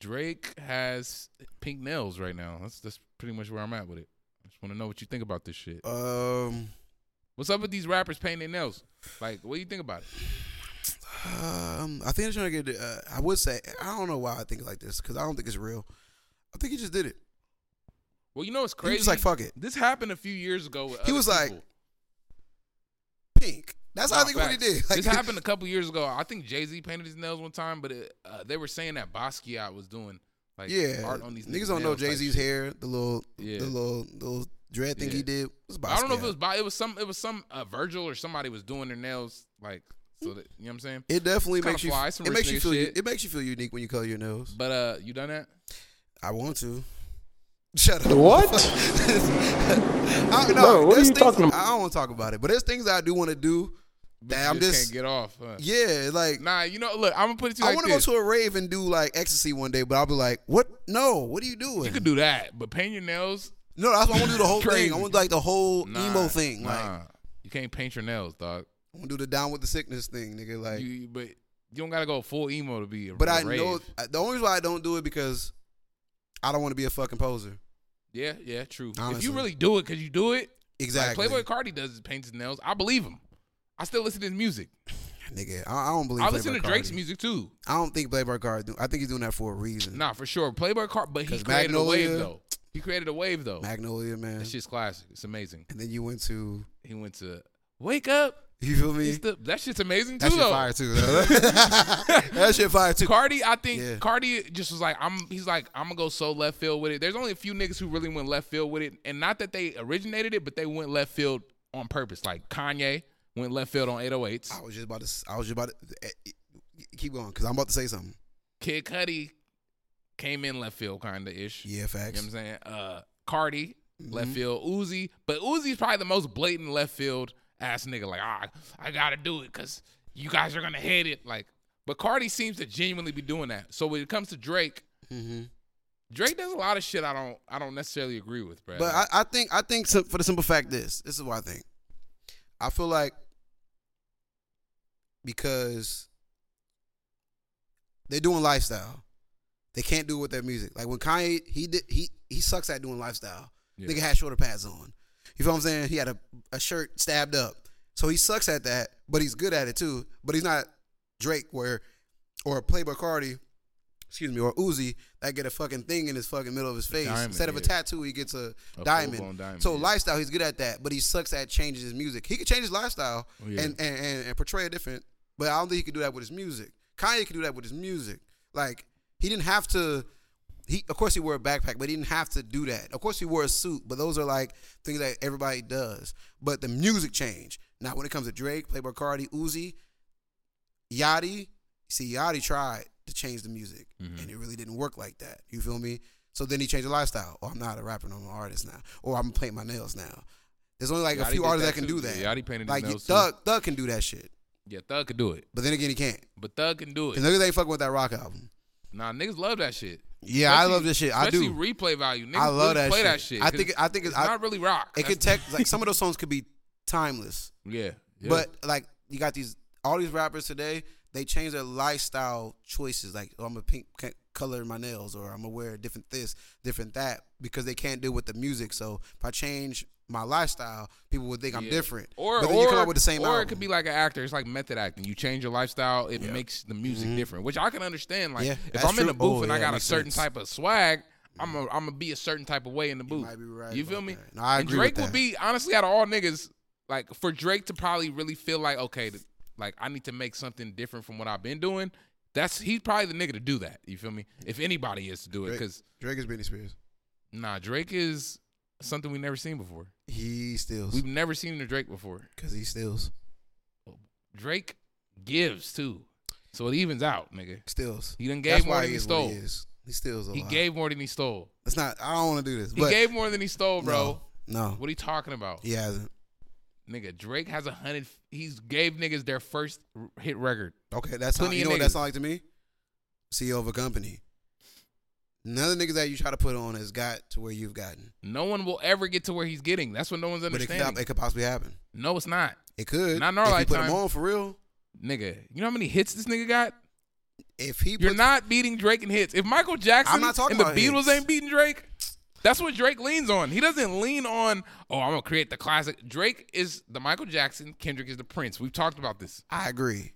Drake has pink nails right now. That's that's pretty much where I'm at with it. I just want to know what you think about this shit.
Um.
What's up with these rappers painting their nails? Like, what do you think about it?
Um, I think they're trying to get. Uh, I would say I don't know why I think like this because I don't think it's real. I think he just did it.
Well, you know what's
He
crazy?
was just like, "Fuck it."
This happened a few years ago. With
He
other
was like,
people.
Pink. That's how I
Nah,
think what
facts.
he did. Like,
this happened a couple years ago. I think Jay Z painted his nails one time, but it, uh, they were saying that Basquiat was doing like
yeah,
art on these
niggas, don't know
nails type
Jay Z's
shit.
hair, the little,
Yeah.
the little, the little dread thing
Yeah.
he did. It was
I don't know if
Basquiat.
it was by it was some it was some uh, Virgil or somebody was doing their nails like so that you know what I'm saying.
It definitely
kinda
makes you.
fly, some
it
rich
makes you
nigga
feel.
shit.
It makes you feel unique when you color your nails.
But uh, you done that?
I want to. Shut up.
What?
I, no,
Bro, what are
there's
you
things-
talking about?
I don't want to talk about it, but there's things that I do want to do.
But
That I'm
you just,
just,
can't get off. Huh?
yeah, like
Nah, you know, look, I'm gonna put it to you
I
like
want to go
this.
to a rave and do like ecstasy one day, but I'll be like, "What? No, what are you doing?"
you could do that, but paint your nails.
no, that's why I want to do the whole
Crazy.
thing. I want like the whole
Nah,
emo thing.
Nah,
Like, I
you can't paint your nails, dog.
want to do the down with the sickness thing, nigga. Like,
You, you- but you don't gotta go full emo to be. A,
but
a
I
rave.
know the only reason why I don't do it because I don't want to be a fucking poser.
Yeah, yeah, true. If
Honestly.
you really do it, cause you do it. Like
Exactly,
Playboy Cardi does is paint his nails. I believe him. I still listen to his music.
nigga. I, I don't believe.
I
Playboi
listen to Drake's
Carti.
music too.
I don't think Playboy Card. I think he's doing that for a reason.
Nah, for sure. Playboy Cardi, but he
'Cause
created a
Magnolia-
wave though. He created a wave though.
Magnolia, man.
That's just classic. It's amazing.
And then you went to.
He went to Wake Up.
You feel me?
It's the- that shit's amazing too
That shit
though.
fire too. though. that shit fire too.
Cardi, I think
Yeah.
Cardi just was like, I'm. He's like, I'm gonna go so left field with it. There's only a few niggas who really went left field with it, and not that they originated it, but they went left field on purpose. Like Kanye went left field on 808s.
I was just about to. s- I was just about to. eh, eh, Keep going, cause I'm about to say something.
Kid Cudi came in left field kind of ish.
Yeah,
You know
facts.
what I'm saying? Uh, Cardi, left field. Uzi, but Uzi's probably the most blatant left field ass nigga. Like, ah, I gotta do it because you guys are gonna
Mm-hmm.
hate it. Like, but Cardi seems to genuinely be doing that. So when it comes to Drake, Drake does a lot of shit I don't I don't necessarily agree with, bro.
But I, I think I think sim- for the simple fact this, this is what I think. I feel like because they're doing lifestyle, they can't do it with their music. Like when Kanye, he did he he sucks at doing lifestyle.
Yeah.
Nigga had shorter pads on. You feel what I'm saying? He had a, a shirt stabbed up, so he sucks at that. But he's good at it too. But he's not Drake where or Playboy Cardi. Excuse me, or Uzi that get a fucking thing in his fucking middle of his face.
diamond,
Instead of a
yeah.
tattoo, he gets a,
A full-blown
diamond.
diamond,
So
yeah.
lifestyle, he's good at that, but he sucks at changing his music. He could change his lifestyle
Oh, yeah.
and, and, and and portray it different, but I don't think he could do that with his music. Kanye could do that with his music. Like he didn't have to. He of course he wore a backpack, but he didn't have to do that. Of course he wore a suit, but those are like things that everybody does. But the music changed. Now when it comes to Drake, Playboy Cardi, Uzi, Yachty, see, Yachty tried to change the music,
Mm-hmm.
and it really didn't work like that. You feel me? So then he changed the lifestyle. Oh, I'm not a rapper, no, I'm an artist now. Or I'm painting my nails now. There's only like
Yachty
a few
did
artists
that
that can
too.
do that.
Yeah, Yachty painted his
like
nails too.
Thug, Thug can do that shit,
yeah, Thug could do it,
but then again, he can't.
but Thug can do
Cause
it.
niggas ain't fucking with that rock album.
Nah, niggas love that shit.
Yeah, I love this shit. I
especially
do.
Replay value. Niggas
I love
really
that
play
shit.
that shit.
I
'cause
think- I think
it's
it's- I-
not really rock.
It could
That's-
take like some of those songs could be timeless,
yeah, yeah.
but like you got these all these rappers today. They change their lifestyle choices. Like oh, I'm gonna pink c- color my nails, or I'm gonna wear different this, different that, because they can't deal with the music. So if I change my lifestyle, people would think I'm
Yeah.
different.
Or
but then
or,
you come out with the same.
or
album.
it could be like an actor. It's like method acting. You change your lifestyle, it makes the music different, which I can understand. Like
Mm-hmm. Yeah,
if
that's
I'm in
true.
the booth
Oh,
and I
yeah,
got a
makes
certain
sense.
type of swag. I'm a, I'm gonna be a certain type of way in the booth.
might be right
you feel
about
me?
that. No, I
and
agree with
Drake would
that.
be honestly out of all niggas, like for Drake to probably really feel like okay, th- like I need to make something different from what I've been doing. That's he's probably the nigga to do that. You feel me? If anybody is to do it,
Drake-
because
Drake is Britney Spears.
nah, Drake is something we've never seen before.
He steals
We've never seen a Drake before.
because he steals,
Drake gives too, so it evens out, nigga.
steals.
He done
That's
gave more
why
than
he
he
is what
stole.
he is. He steals a
He
lot.
gave more than he stole.
It's not. I don't want to do this.
He
but
gave more than he stole, bro.
No, no.
What are you talking about,
he hasn't.
nigga? Drake has a hundred. f- He's gave niggas their first r- hit record.
Okay, that's not.
Plenty
You
of
know what
niggas.
that sound like to me? CEO of a company. None of the niggas that you try to put on has got to where you've gotten,
No one will ever get to where he's getting. That's what no one's
but it
understanding.
could, it could possibly happen.
no, it's not,
It could.
Not in our
if you put
lifetime.
him on for real.
nigga. You know how many hits this nigga got?
If he,
You're
puts-
not beating Drake in hits. If Michael Jackson
I'm not talking
and the
about
Beatles
hits.
ain't beating Drake, that's what Drake leans on. He doesn't lean on, oh, I'm gonna create the classic. Drake is the Michael Jackson, Kendrick is the Prince. We've talked about this.
I agree,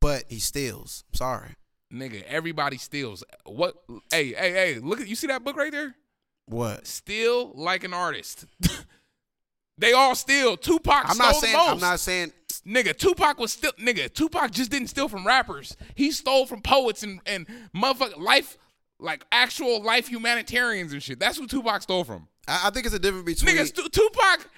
but he steals. I'm sorry.
Nigga, everybody steals. What hey, hey, hey, look at you see that book right there?
What?
Steal like an artist. they all steal. Tupac
I'm
stole
not saying.
the most.
I'm not saying.
Nigga, Tupac was still nigga. Tupac just didn't steal from rappers. He stole from poets and and motherfucking life, like actual life humanitarians and shit. That's who Tupac stole from.
I, I think it's a difference between.
Nigga, Stu- Tupac,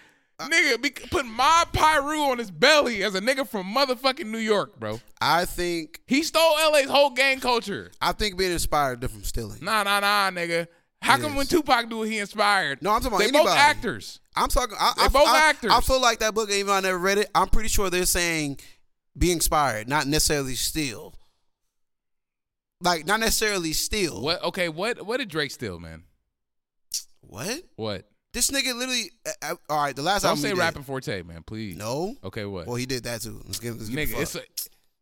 nigga, be, put Mob Pyru on his belly as a nigga from motherfucking New York, bro.
I think.
He stole LA's whole gang culture.
I think being inspired is different from stealing.
Nah, nah, nah, nigga. How come
Yes.
when Tupac do it, he inspired?
No, I'm talking about
they both
anybody.
actors.
I'm talking. I,
They're
I,
both
I,
actors.
I feel like that book, even though I never read it, I'm pretty sure they're saying be inspired, not necessarily steal. Like, not necessarily steal.
What? Okay, what? What did Drake steal, man?
What?
What?
This nigga literally. I, I- all right, the last
Don't
album.
say
he
rapping forte, man, please.
Did, no.
Okay, what?
Well, he did that too. Let's give, let's give a
Nigga,
fuck.
it's a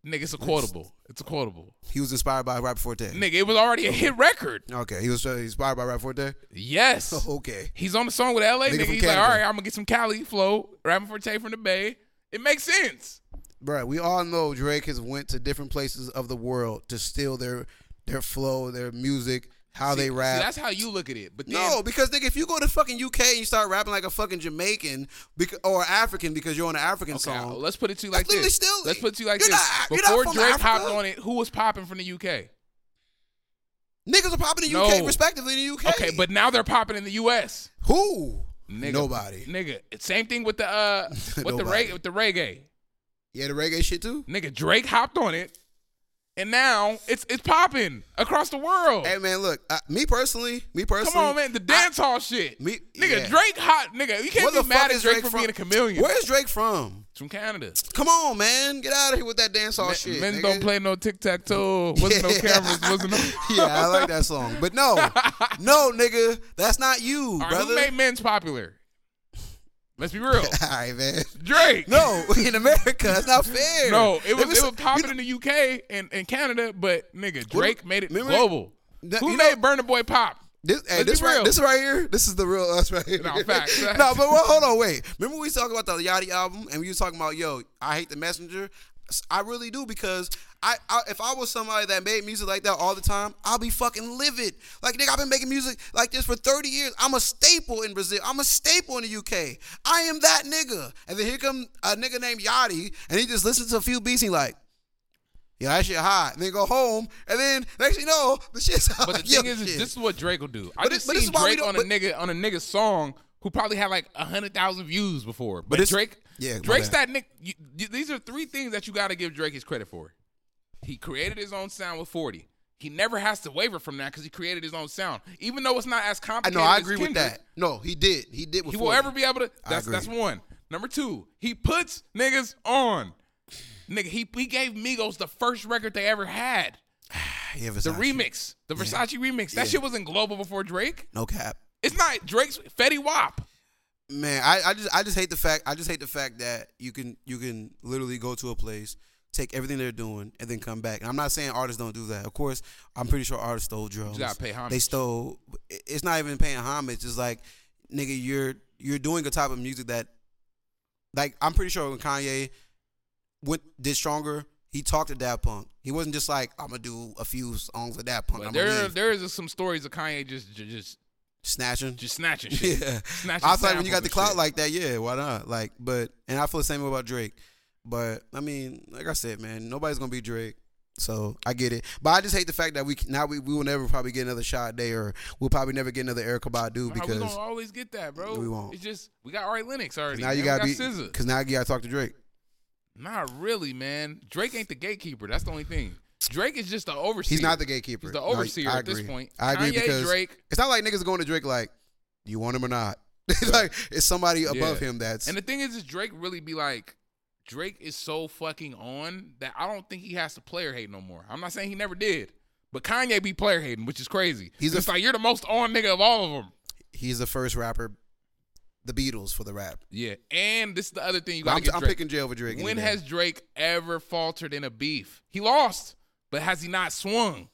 nigga, it's a quotable. It's a quotable.
he was inspired by Rap Forte.
Nigga, it was already a hit record.
Okay, he was uh, inspired by Rap Forte.
Yes.
Okay.
He's on the song with LA.
Oh. Nigga
Nigga,
from
he's like,
Canada.
all right, I'm gonna get some Cali flow, rapping for Tay from the Bay. It makes sense.
Bruh, we all know Drake has went to different places of the world to steal their their flow, their music, how
See-
they rap.
See, that's how you look at it. But then,
No, because nigga, if you go to fucking UK and you start rapping like a fucking Jamaican bec- or African because you're on an African
Okay,
song,
let's put it to you
That's
like
literally
this.
stealing.
Let's put it to you like
You're
this.
not- you're not
Before
from
Drake
Africa.
hopped on it, who was popping from the UK?
niggas are popping in the
No.
UK respectively in the UK.
Okay, but now they're popping in the US.
who?
Nigga,
Nobody.
Nigga, same thing with the uh, with the
Nobody.
reg- with the reggae.
yeah, the reggae shit too.
Nigga, Drake hopped on it, and now it's it's popping across the world.
Hey man, look, uh, me personally, me personally,
Come on, man, the dance hall shit.
Me-
nigga,
yeah.
Drake hot. Nigga, you
I,
can't
where the
be mad
fuck
at
is
Drake,
Drake
for
from?
being a chameleon.
Where is Drake from?
from Canada.
Come on, man. Get out of here with that dance hall
Men,
Oh, shit.
men
nigga.
don't play no tic tac toe. Wasn't no
Yeah.
cameras. Wasn't no.
yeah, I like that song. But no, no, nigga, that's not you,
All right,
brother.
who made men's popular? Let's be real.
All right, man.
Drake.
No, in America, that's not fair.
No, it was
Let me
it
say-
was popular in the UK and, and Canada, but nigga, Drake made it
remember-
global.
That-
Who
you know-
made Burner Boy pop?
This, hey,
Let's
this
be
right,
real.
this right here, this is the real us right here.
No, facts, facts.
no, but well, hold on, wait. Remember we was talking about the Yachty album, and we was talking about, yo, I hate the messenger. S- I really do because I, I if I was somebody that made music like that all the time, I'll be fucking livid. Like nigga, I've been making music like this for 30 years. I'm a staple in Brazil. I'm a staple in the UK. I am that nigga. And then here come a nigga named Yachty, and he just listens to a few beats. And he like. Yeah, that shit hot. And then go home, and then next thing you know, the shit's hot.
But the
Yo,
thing is, is
shit.
this is what Drake will do. I
But
just
it- but this
seen
is why we
Drake
don't-
on a
but-
nigga on a nigga song who probably had like hundred thousand views before. But,
this-
Drake,
yeah, my
Drake's
bad.
that nigga. You, you- these are three things that you got to give Drake his credit for. He created his own sound with forty. He never has to waver from that because he created his own sound, even though it's not as
I
complicated.
know. I
as
agree with
Kendrick,
that. No, he did. He did.
He
Before.
will ever be able to.
I
That's
agree.
that's one. Number two, he puts niggas on. Nigga, he he gave Migos the first record they ever had,
Yeah,
the
Versace.
remix, the Versace remix. That
Yeah.
shit wasn't global before Drake.
No cap.
It's not Drake's Fetty Wap.
Man, I, I just I just hate the fact I just hate the fact that you can you can literally go to a place, take everything they're doing, and then come back. And I'm not saying artists don't do that. Of course, I'm pretty sure artists stole drums.
gotta pay homage.
They stole. it- It's not even paying homage. It's like, nigga, you're you're doing a type of music that, like, I'm pretty sure when Kanye went did stronger, he talked to Dap Punk. He wasn't just like, I'm gonna do a few songs of Dap Punk.
But
I'm
there,
gonna leave.
there is some stories of Kanye just, ju- just,
snatching.
just snatching shit.
Yeah.
Snatching
I feel like when you got the
samples and
clout
shit.
like that, yeah, why not? Like, but and I feel the same way about Drake. But I mean, like I said, man, nobody's gonna be Drake. So I get it, but I just hate the fact that we now we, we will never probably get another shot day, or we'll probably never get another Erica Badu
Nah, we
because
don't always get that, bro.
We won't.
It's just we got Ari Lennox already.
now you
got
gotta be
SZA.
because now you gotta talk to Drake.
Not really, man. Drake ain't the gatekeeper. That's the only thing. Drake is just the overseer.
He's not the gatekeeper.
He's the
No,
overseer
I
at this
agree.
point.
I agree
Kanye,
because
Drake.
it's not like niggas going to Drake like, do you want him or not? it's like it's somebody above
Yeah.
him that's
And the thing is, is Drake really be like, Drake is so fucking on that I don't think he has to player hate no more. I'm not saying he never did, but Kanye be player hating, which is crazy.
He's
He's
a-
just like you're the most on nigga of all of them.
he's the first rapper, the Beatles for the rap.
Yeah, and this is the other thing you got to
I'm,
get
I'm
Drake.
picking jail over Drake. any
when
day.
has Drake ever faltered in a beef? He lost, but has he not swung?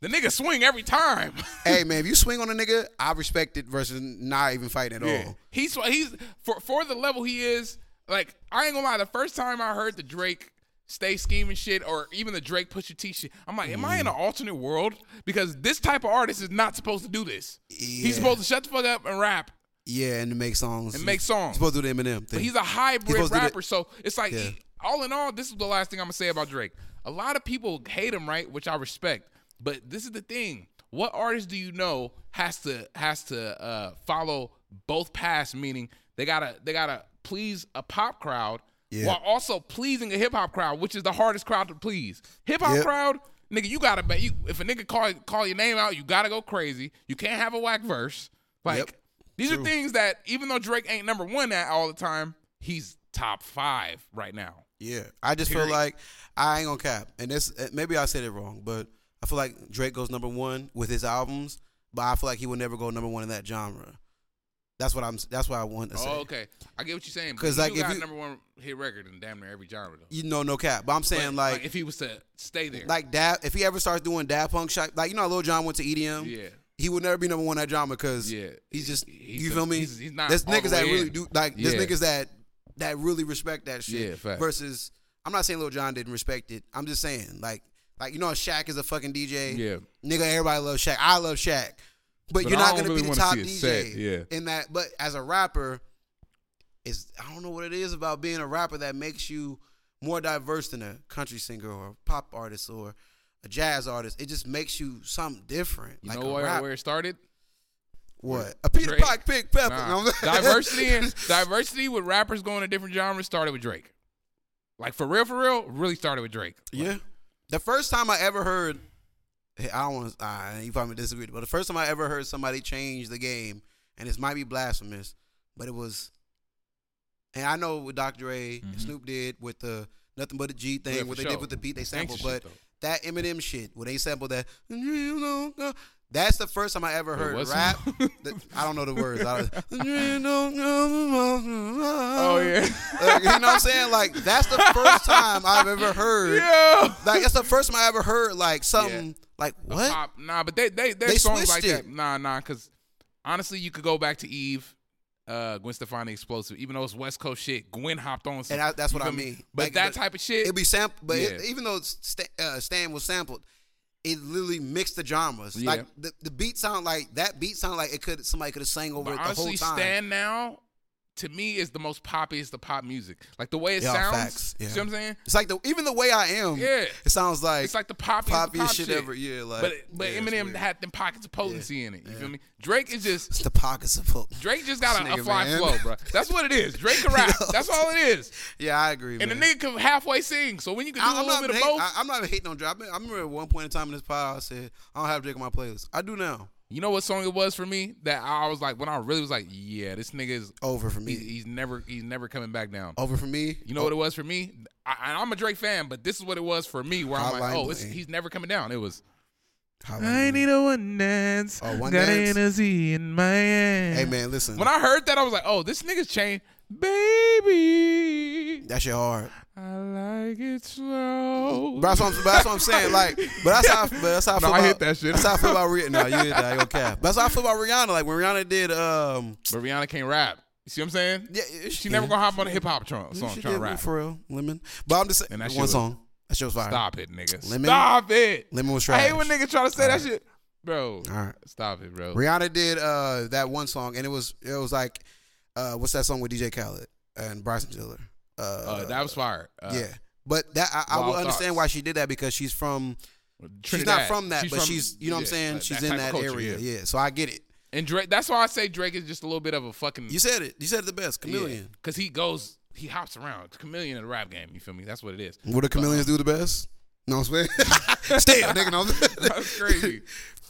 The nigga swing every time.
hey man, if you swing on a nigga, I respect it versus not even fighting at all.
He's he's for for the level he is. Like I ain't gonna lie, the first time I heard the Drake stay scheming shit, or even the Drake push your T shit, I'm like, am I
Mm.
in an alternate world? Because this type of artist is not supposed to do this.
Yeah.
He's supposed to shut the fuck up and rap.
Yeah, and to make songs.
And make songs.
He's supposed to do the Eminem thing.
But he's a hybrid
supposed to do that-
rapper, so it's like
Yeah.
he- all in all, this is the last thing I'm gonna say about Drake. A lot of people hate him, right? Which I respect. But this is the thing: what artist do you know has to has to uh, follow both paths? Meaning they gotta they gotta please a pop crowd
Yeah.
while also pleasing a hip hop crowd, which is the hardest crowd to please. Hip hop
Yep.
crowd. Nigga, you gotta bet you if a nigga call call your name out, you gotta go crazy. You can't have a whack verse. Like
Yep.
these are things that even though Drake ain't number one at all the time, he's top five right now.
yeah, I just feel
Period.
like I ain't gonna cap, and this uh, maybe I said it wrong, but I feel like Drake goes number one with his albums, but I feel like he will never go number one in that genre. That's what I'm. That's what I want to say.
Oh, okay. I get what you're saying.
'Cause,
Because
like,
like,
if
got
you-
number one hit record in damn near every genre though.
You know, no cap. But I'm saying
But,
like,
if he was to stay there,
like that. If he ever starts doing Dab Punk shit, like you know, how Lil John went to EDM.
Yeah.
he would never be number one in that drama because
Yeah.
he's just
He's
you
a-
feel me.
he's- he's not
There's
all the
niggas that
way
really
in.
do like. There's
Yeah.
niggas that that really respect that shit.
Yeah, facts.
Versus, I'm not saying Lil John didn't respect it. I'm just saying like like you know, Shaq is a fucking DJ.
Yeah.
nigga, everybody loves Shaq. I love Shaq, but,
But
you're
I
not
don't
gonna
really
be the
wanna
top
see it
DJ
set, yeah.
in that. But as a rapper, is I don't know what it is about being a rapper that makes you more diverse than a country singer or a pop artist or a jazz artist. It just makes you something different.
you
like
know
a
where,
rap-
where it started?
what? A Peter
Drake.
Pac pick pepper.
Nah. diversity and diversity with rappers going to different genres started with Drake. Like for real, for real, really started with Drake. Like,
yeah. The first time I ever heard, hey, I don't want uh, you probably disagree, but the first time I ever heard somebody change the game, and this might be blasphemous, but it was And I know what Dr. Dre, Snoop did with the nothing but a G thing,
Mm-hmm. Yeah, for
what they
sure.
did with the beat they
Gangsta
sampled, but
shit, though.
that Eminem shit, where they sampled that, you know, uh, that's the first time I ever heard
what's-
rap. that- I don't know the words. I, you know, oh
Oh yeah.
you know what I'm saying? Like that's the first time I've ever heard.
yeah.
Like that's the first time I ever heard like something like what?
Pop- nah, but they they their
They
songs like
switched it.
that. Nah, nah, because honestly, you could go back to Eve, uh, Gwen Stefani explosive. Even though it's West Coast shit, Gwen hopped on. Some,
And I, that's
you
what I
feel me?
mean.
But
Like,
that type of shit,
It be sampled, but it,
Yeah.
even though Stan, uh, Stan was sampled, it literally mixed the genres.
Yeah.
Like the, the beat sound like that beat sound like it could somebody could have sang over
but
it the
honestly,
whole time.
Stan now to me is the most poppiest of pop music. Like the way it
Yeah,
sounds.
facts.
You
Yeah.
see what I'm saying?
it's like the even the way I am.
Yeah.
it sounds like
It's like the poppiest,
poppiest
pop
shit ever, yeah, like-
but but
yeah, it's
Eminem
weird.
had them pockets of potency in it. You feel me? Drake is just
it's the pockets of hope.
Drake just got a, a
This nigga,
fly
man.
flow, bro. That's what it is. Drake can rap.
Yo.
That's all it is.
Yeah, I agree.
And the
man.
nigga can halfway sing. So when you can do
I-
a
I'm
little
not
bit of
hate-
both,
I, am not hating on Drake. I mean- I remember at one point in time in this pod, I said I don't have Drake on my playlist. I do now.
you know what song it was for me that I was like when I really was like, yeah, this nigga is
Over for
he's,
me. Oh,
he's never he's never coming back down.
Over for me.
You know what it was for me? I, I'm a Drake fan, but this is what it was for me. Where I'm like,
Hotline
oh, it's,
Bling.
he's never coming down. It was
Highlight.
a one dance.
Oh, one Got dance?
energy in my hand.
Hey man, listen.
when I heard that I was like, oh, this nigga's changed, baby.
that shit hard.
I like it slow.
But that's, what I'm, but that's what I'm saying. Like, but that's how. I, but that's how I feel
No, I
about,
hit that shit.
That's how I feel about Rihanna. No, you hit that. I don't care. But that's how I feel about Rihanna. Like when Rihanna did, um,
But Rihanna can't rap. You see what I'm saying?
yeah,
She never gonna hop on a hip hop tr- song
she
trying
did
to rap.
for real, Lemon. But I'm just saying,
And that
one
shit was-
song. That shit was fire.
Stop it, nigga.
Lemon-
Stop it.
Lemon was
I
trash.
hate when niggas try to say that shit, bro.
Alright.
Stop it, bro.
Rihanna did uh that one song, and it was it was like, uh, what's that song with DJ Khaled and Bryson Tiller? Uh,
Uh, that was fire. Uh,
yeah. But that I, I
Wild
would understand
Thoughts.
why she did that because she's from she's
Trinidad.
not from that, but
from-
she's you know what I'm
yeah,
saying
like
she's
type
in
of
that
culture,
area yeah. so I get it
And Drake, that's why I say Drake is just a little bit of a fucking
you said it you said it the best chameleon
because he goes, he hops around. Chameleon in the rap game. You feel me? That's what it is.
What do chameleons do the best? No, I'm saying. Stay up, nigga. No, I'm
That's crazy.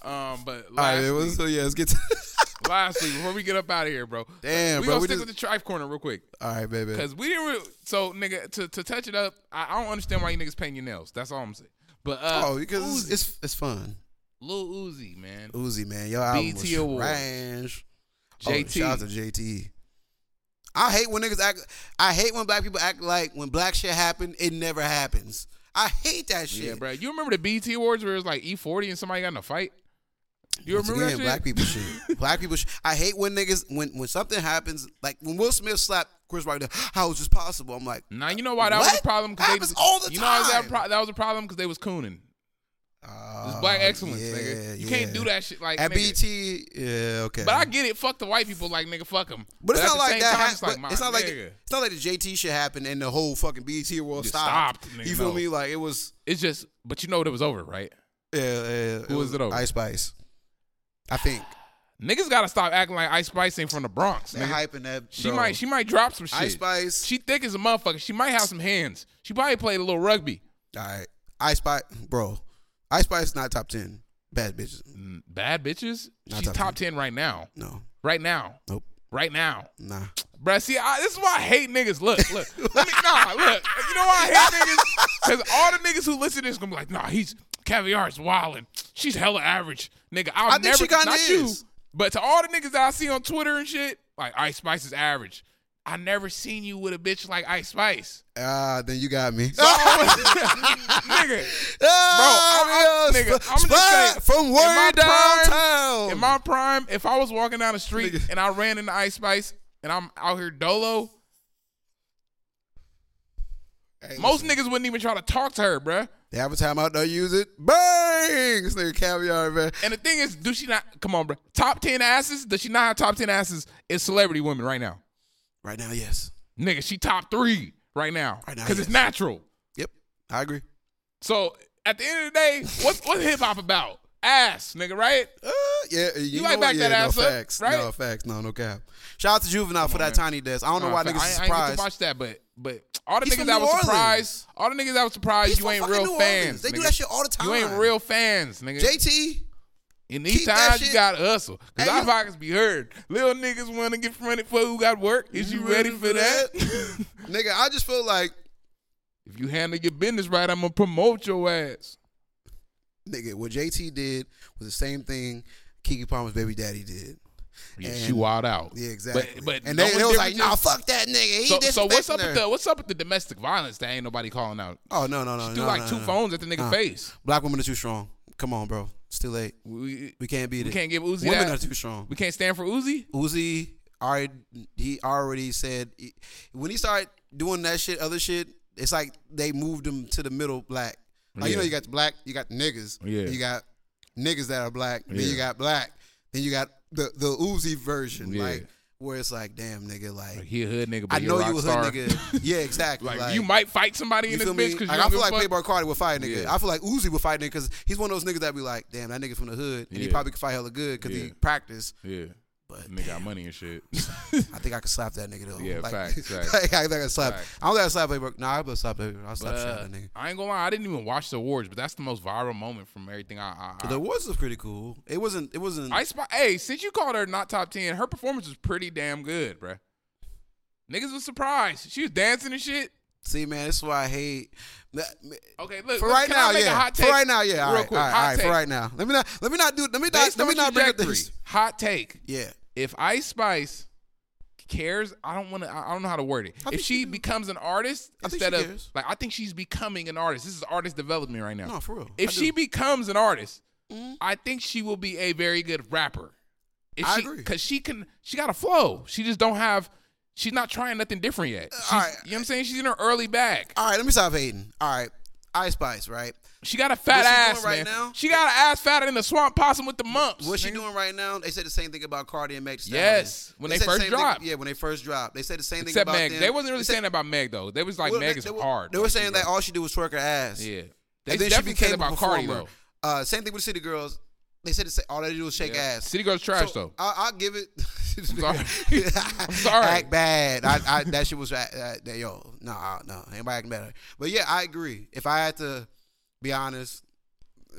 um, but
All right,
lastly,
it was, so yeah, let's get to
lastly, before we get up out of here, bro.
Damn,
we
bro,
gonna
we
stick
just-
with the tribe corner real quick.
All right, baby.
Cause we didn't. Really, so nigga, to, to touch it up, I, I don't understand why you niggas paint your nails. That's all I'm saying. But uh,
Oh, because
Uzi,
it's, it's it's fun.
Lil Uzi, man,
Uzi, man, your album
BET
was
Awards.
trash. Oh,
JT,
shout out to JT. I hate when niggas act. I hate when black people act like when black shit happen, it never happens. I hate that shit.
yeah, bro. You remember the BT Awards where it was like E40 and somebody got in a fight? You
Once
remember
again,
that shit?
black people shit. black people shit. I hate when niggas when when something happens like when Will Smith slapped Chris Rock. How is this possible? I'm like,
Now you know why that was
What?
a problem. 'Cause they-
Happens all the
you know why was that,
time.
pro- that was a problem because they was cooning. It's black
Oh,
excellence,
yeah,
nigga. You
yeah.
can't do that shit like
At
nigga.
BT, yeah, okay.
But I get it. Fuck the white people, like nigga, fuck them.
But it's not like that.
Time,
hap-
it's
but
like,
It's,
my
not like
nigga.
it's not like the JT shit happened and the whole fucking BT world
Just
stopped.
stopped, nigga,
you feel
no.
me? Like it was.
It's just, but you know what it was over, right?
Yeah, yeah,
Who was it over?
Ice Spice. I think
Niggas gotta stop acting like Ice Spice ain't from the Bronx.
that
Nigga.
hype and that.
She
bro.
might she might drop some shit.
Ice Spice.
She thick as a motherfucker. She might have some hands. She probably played a little rugby.
All right, Ice Spice, bro. Ice Spice not top ten bad bitches.
Mm, Bad bitches.
Not
She's
top
top ten right now.
No,
Right now.
nope,
Right now.
nah.
Bruh, see, I, this is why I hate niggas. Look, look. Let me, nah, look. You know why I hate niggas? Because all the niggas who listen to this gonna be like, nah, he's caviar's wildin'. She's hella average. Nigga, I'll
I think
never
she kinda
not
is.
you. But to all the niggas that I see on Twitter and shit, like Ice Spice is average. I never seen you with a bitch like Ice Spice.
Ah, then you got me.
So, nigga,
Ah, yeah,
I- nigga,
sp-
I'ma just
splat
say,
from
in
word
my prime-
downtown.
in my prime, if I was walking down the street
Oh. Nigga.
and I ran into Ice Spice and I'm out here dolo,
Hey,
most niggas wouldn't even try to talk to her, bruh.
The average time out there use it. Bang! This nigga caviar, man.
And the thing is, do she not? Come on, bro. Top ten asses? Does she not have top ten asses? Is celebrity women right now,
Right now, yes.
nigga? She top three right now
Right now,
because it's
yes.
natural.
Yep, I agree.
So at the end of the day, what's what's hip hop about? Ass, nigga, right?
Uh, yeah, you,
You
know
might
what?
back
yeah,
that
no,
ass up,
facts,
right?
No facts, no, no cap. Shout out to Juvenile for that tiny desk. I don't know why
Uh,
niggas is
I, I ain't get
surprised.
to watch that, but but all the
He's
niggas
from
that
New
was
Orleans.
surprised, all the niggas that was surprised,
He's
you
from
ain't
fucking
real
New Orleans.
fans.
They do
nigga.
that shit all the
You ain't
time.
real fans, nigga.
JT,
In
Keep
these
that
times, you
shit-
gotta hustle. Cause
Hey,
our
you-
pockets be hurt. Little niggas wanna get fronted for who got work. Is you, ready, for that?
nigga, I just feel like,
if you handle your business right, I'm gonna promote your ass.
nigga, what JT did was the same thing Kiki Palmer's baby daddy did.
Yeah,
And-
she wild out.
Yeah, exactly.
But, but
and
no
they,
one
they was
different
like,
than-
nah, fuck that nigga. He
So, so what's up
disrespecting
with
her."
the what's up with the domestic violence that ain't nobody calling out?
Oh no no no!
Do
no,
like
no,
two
no.
phones at the nigga
Uh,
face.
Black women are too strong. Come on, bro. It's too late.
We,
We can't beat it.
we can't give Uzi
Women are
that.
too strong.
we can't stand for Uzi.
Uzi already he already said when he started doing that shit, other shit, it's like they moved him to the middle black. Like you know,
Yeah.
you got the black, you got the niggas,
Yeah.
you got niggas that are black, then
Yeah.
you got black, then you got the the Uzi version,
Yeah.
like where it's like, damn nigga, like,
Like, he a hood nigga, but
I
he
know
a rock
you a
star.
hood nigga, yeah, exactly.
Like, you might fight somebody
You
in this
feel me?
bitch because
Like,
you
I
don't
feel like
give a fuck.
Playboy Cardi would fight a nigga.
Yeah.
I feel like Uzi would fight a nigga because he's one of those niggas that be like, damn, that nigga from the hood, and he
Yeah.
probably could fight hella good because he
Yeah.
practiced.
Yeah,
But
nigga got money and shit.
I think I could slap that nigga though.
Yeah,
like,
facts, facts.
like, I think I could slap.
Facts.
I don't think I slap Playboy. Nah, I would slap Playboy. I'll slap
But,
shit
uh,
out of that nigga.
I ain't gonna lie, I didn't even watch the awards, but that's the most viral moment from everything I. I,
The
I
awards was pretty cool. It wasn't. It wasn't.
I spot. Hey, since you called her not top ten, her performance was pretty damn good, bruh. Niggas was surprised. She was dancing and shit.
see, man, this is why I hate. that-
Okay, look.
For
look,
right
can
now,
I make
yeah.
A hot
For
take?
right now, yeah. all
Real
right,
quick,
all right,
hot
all right,
take.
For right now, let me not. Let me not do. Let me not.
Based
Let me
on
not bring up
trajectory,
this.
Hot take.
Yeah.
If Ice Spice cares, I don't want to. I I don't know how to word it.
I think
if she
she do.
becomes an artist
I think
instead
she
of
cares.
like, I think she's becoming an artist. This is artist development right now.
No, for real.
If
I do. Mm-hmm.
she becomes an artist, I think she will be a very good rapper. If
I
she,
agree.
Cause she can, she got a flow. She just don't have. She's not trying nothing different yet. She's,
all right.
You know what I'm saying? She's in her early bag.
All right, let me stop hating. All right, Ice Spice, right?
She got a fat
What she doing
ass
right
man.
now?
She got an ass fatter than the swamp possum with the mumps.
What she
nigga.
doing right now? They said the same thing about Cardi and Meg. Thee Stallion.
Yes, when they
said the
first
same thing-
dropped.
yeah, when they first dropped, they said the same
Except
thing about
Meg.
them.
They wasn't really
said-
saying that about Meg though. They was like
well,
Meg
they-
is
they were-
hard.
They were
Like,
saying
she's
that
like-
all she did was twerk her ass.
Yeah. They
And then
definitely
she
said
became a
about Cardi
performer.
though.
Uh, same thing with City Girls. They said the same, all they do was shake
Yeah.
ass.
City Girls trash
So,
though.
I, I'll give it. I'm
sorry. I'm sorry.
Act bad. I, I, that shit was uh, uh, that- yo. No, no, anybody acting better. But yeah, I agree. If I had to be honest,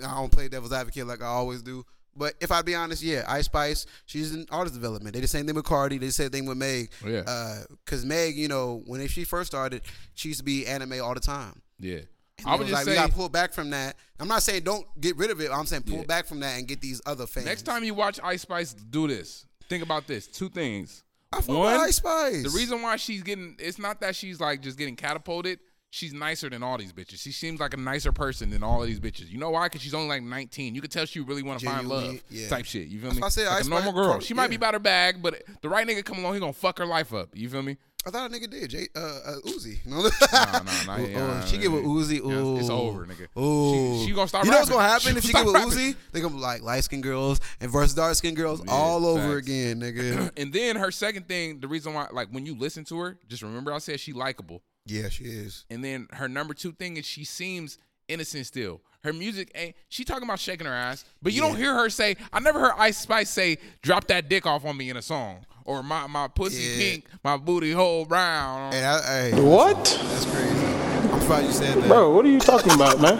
I don't play devil's advocate like I always do. But if I be honest, yeah, Ice Spice, she's in artist development. They the same thing with Cardi. They the same thing with Meg.
Oh, Yeah.
Because Meg, you know, when she first started, she used to be anime all the time.
Yeah.
And
I
it
would
was
just
like,
say
we gotta pull back from that. I'm not saying don't get rid of it. I'm saying pull
Yeah.
back from that and get these other fans.
Next time you watch Ice Spice do this, think about this. Two things.
I fuck with Ice Spice.
The reason why she's getting it's not that she's like just getting catapulted. She's nicer than all these bitches. She seems like a nicer person than all of these bitches. You know why? Because she's only like 19. You can tell she really want to find
Genuinely,
love
yeah.
type shit. You feel
That's
me?
why I said
like
Ice
a
Spice-
normal girl.
Cardi-
She might be
yeah.
about her bag, but the right nigga come along, he gonna fuck her life up. You feel me?
I thought a nigga did Jay uh, uh Uzi. No, no,
nah, nah,
Ooh,
yeah,
ooh, she
nah,
get with
yeah.
Uzi.
Yeah,
Ooh,
it's over, nigga.
Ooh,
She- she gonna stop
You know what's
rapping.
gonna happen
She
if she get
gonna
with
stop
Uzi? They gonna be like light skinned girls and versus dark skinned girls all over
facts.
again, nigga.
And then her second thing, the reason why, like when you listen to her, just remember I said she likable.
yeah, she is.
And then her number two thing is she seems innocent still. Her music ain't she talking about shaking her ass, but you don't hear her say. I never heard Ice Spice say "drop that dick off on me" in a song or "my my pussy
Yeah.
pink, my booty hole brown."
Hey, I, hey,
What?
that's crazy. I'm surprised you said that.
Bro, what are you talking about, man?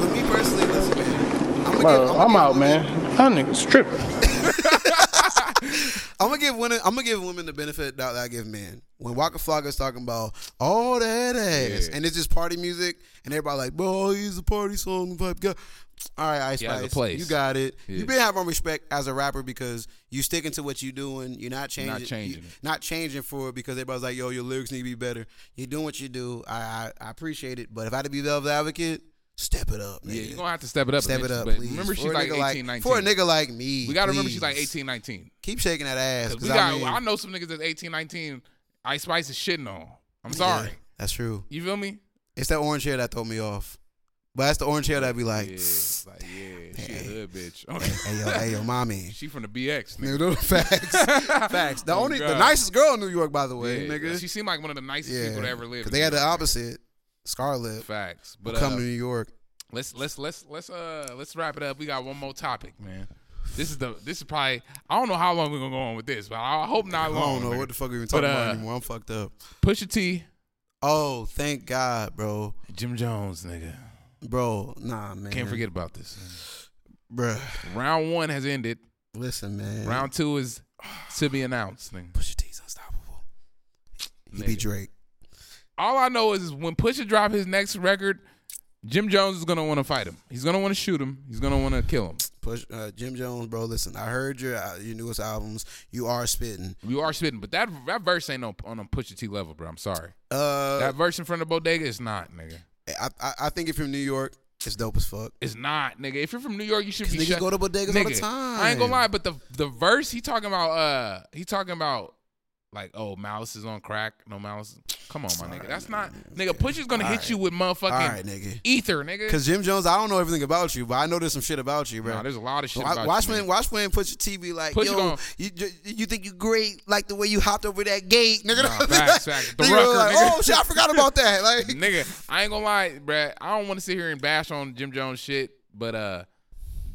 But me personally, listen, man. I'm,
Bro, I'm out, man. That nigga's tripping.
I'm gonna give women. I'm gonna give women the benefit that I give men. When Waka Flocka's talking about all that ass, and it's just party music, and everybody like, "Bro, he's a party song type guy." All right, Ice
He has a
Spice,
place.
you got it.
Yeah.
You been having respect as a rapper because you sticking to what you doing. You're not changing. you-
changing it.
not changing for it because everybody's like, "Yo, your lyrics need to be better." You're doing what you do. I I, I appreciate it, but if I had to be Velvet Advocate, step it up,
yeah,
nigga.
you're gonna have to step it up.
Step it
eventually,
up,
but
please.
Remember,
For
she's
a
like
nigga
18,
like,
19.
For a nigga like me,
we gotta remember she's
please.
like 18, 19.
Keep shaking that ass.
'Cause
'cause
we got. I,
I, mean,
know some niggas that's 18, 19. Ice Spice is shitting on. I'm sorry.
Yeah, that's true.
You feel me?
It's that orange hair that throw me off. But that's the orange hair that be like,
Yeah,
"Tss,
like yeah, she a
Hey.
hood bitch.
hey yo, hey yo, mommy.
she from the BX. Nigga.
Nigga, those facts. facts. The
Oh,
only, the
God.
nicest girl in New York, by the way,
Yeah,
nigga.
She seemed like one of the nicest people to ever live.
Cause they
in
had the
New York.
opposite, Scarlet.
Facts,
But
but
come
uh,
to New York.
let's let's let's let's uh let's wrap it up. We got one more topic, man. This is the this is probably I don't know how long we're gonna go on with this, but I hope
I
not long.
don't know
nigga.
what the fuck we even talking
oh, uh,
about anymore. I'm fucked up.
Pusha T,
Oh, thank God, bro,
Jim Jones, nigga.
bro. Nah, man.
Can't forget about this.
Bruh.
Round one has ended.
Listen, man.
Round two is to be announced. nigga.
Pusha T's unstoppable. He be
Nigga.
Drake.
All I know is when Pusha drop his next record, Jim Jones is gonna want to fight him. He's gonna want to shoot him. He's gonna want to kill him.
Push uh, Jim Jones, bro. Listen, I heard your uh, your newest albums. You are spitting.
You are spitting, but that that verse ain't on on a Pusha T level, bro. I'm sorry.
Uh,
that verse in front of Bodega is not, nigga.
I, I I think if you're from New York, it's dope as fuck.
It's not, nigga. If you're from New York, you should
'Cause
be
niggas
shut-
go to bodegas all the
Nigga, I ain't
time.
gonna lie, but the the verse he talking about, uh, he talking about like, oh, Malice is on crack. No Malice. Come on, my nigga. That's not, nigga. Push is gonna hit you with motherfucking
All right, nigga.
ether, nigga.
Cause Jim Jones, I don't know everything about you, but I know there's some shit about you, bro.
Nah, there's a lot of shit.
Wa-
about
watch
you,
when
nigga.
watch when put your TV like
Push it
yo
on.
you, ju- you think you great like the way you hopped over that gate nigga
Nah, facts, facts. The rucker,
like,
nigga.
oh shit I forgot about that like
nigga, I ain't gonna lie, bruh. I don't want to sit here and bash on Jim Jones shit, but uh,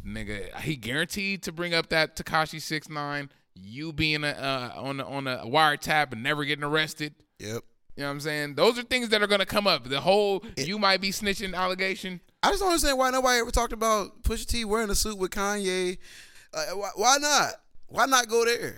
nigga, he guaranteed to bring up that Takashi six nine. You being a, uh, on a, on a wiretap and never getting arrested.
yep
You know what I'm saying? Those are things that are gonna come up. The whole you might be snitching allegation.
I just don't understand why nobody ever talked about Pusha T wearing a suit with Kanye. Uh, why, why not? Why not go there?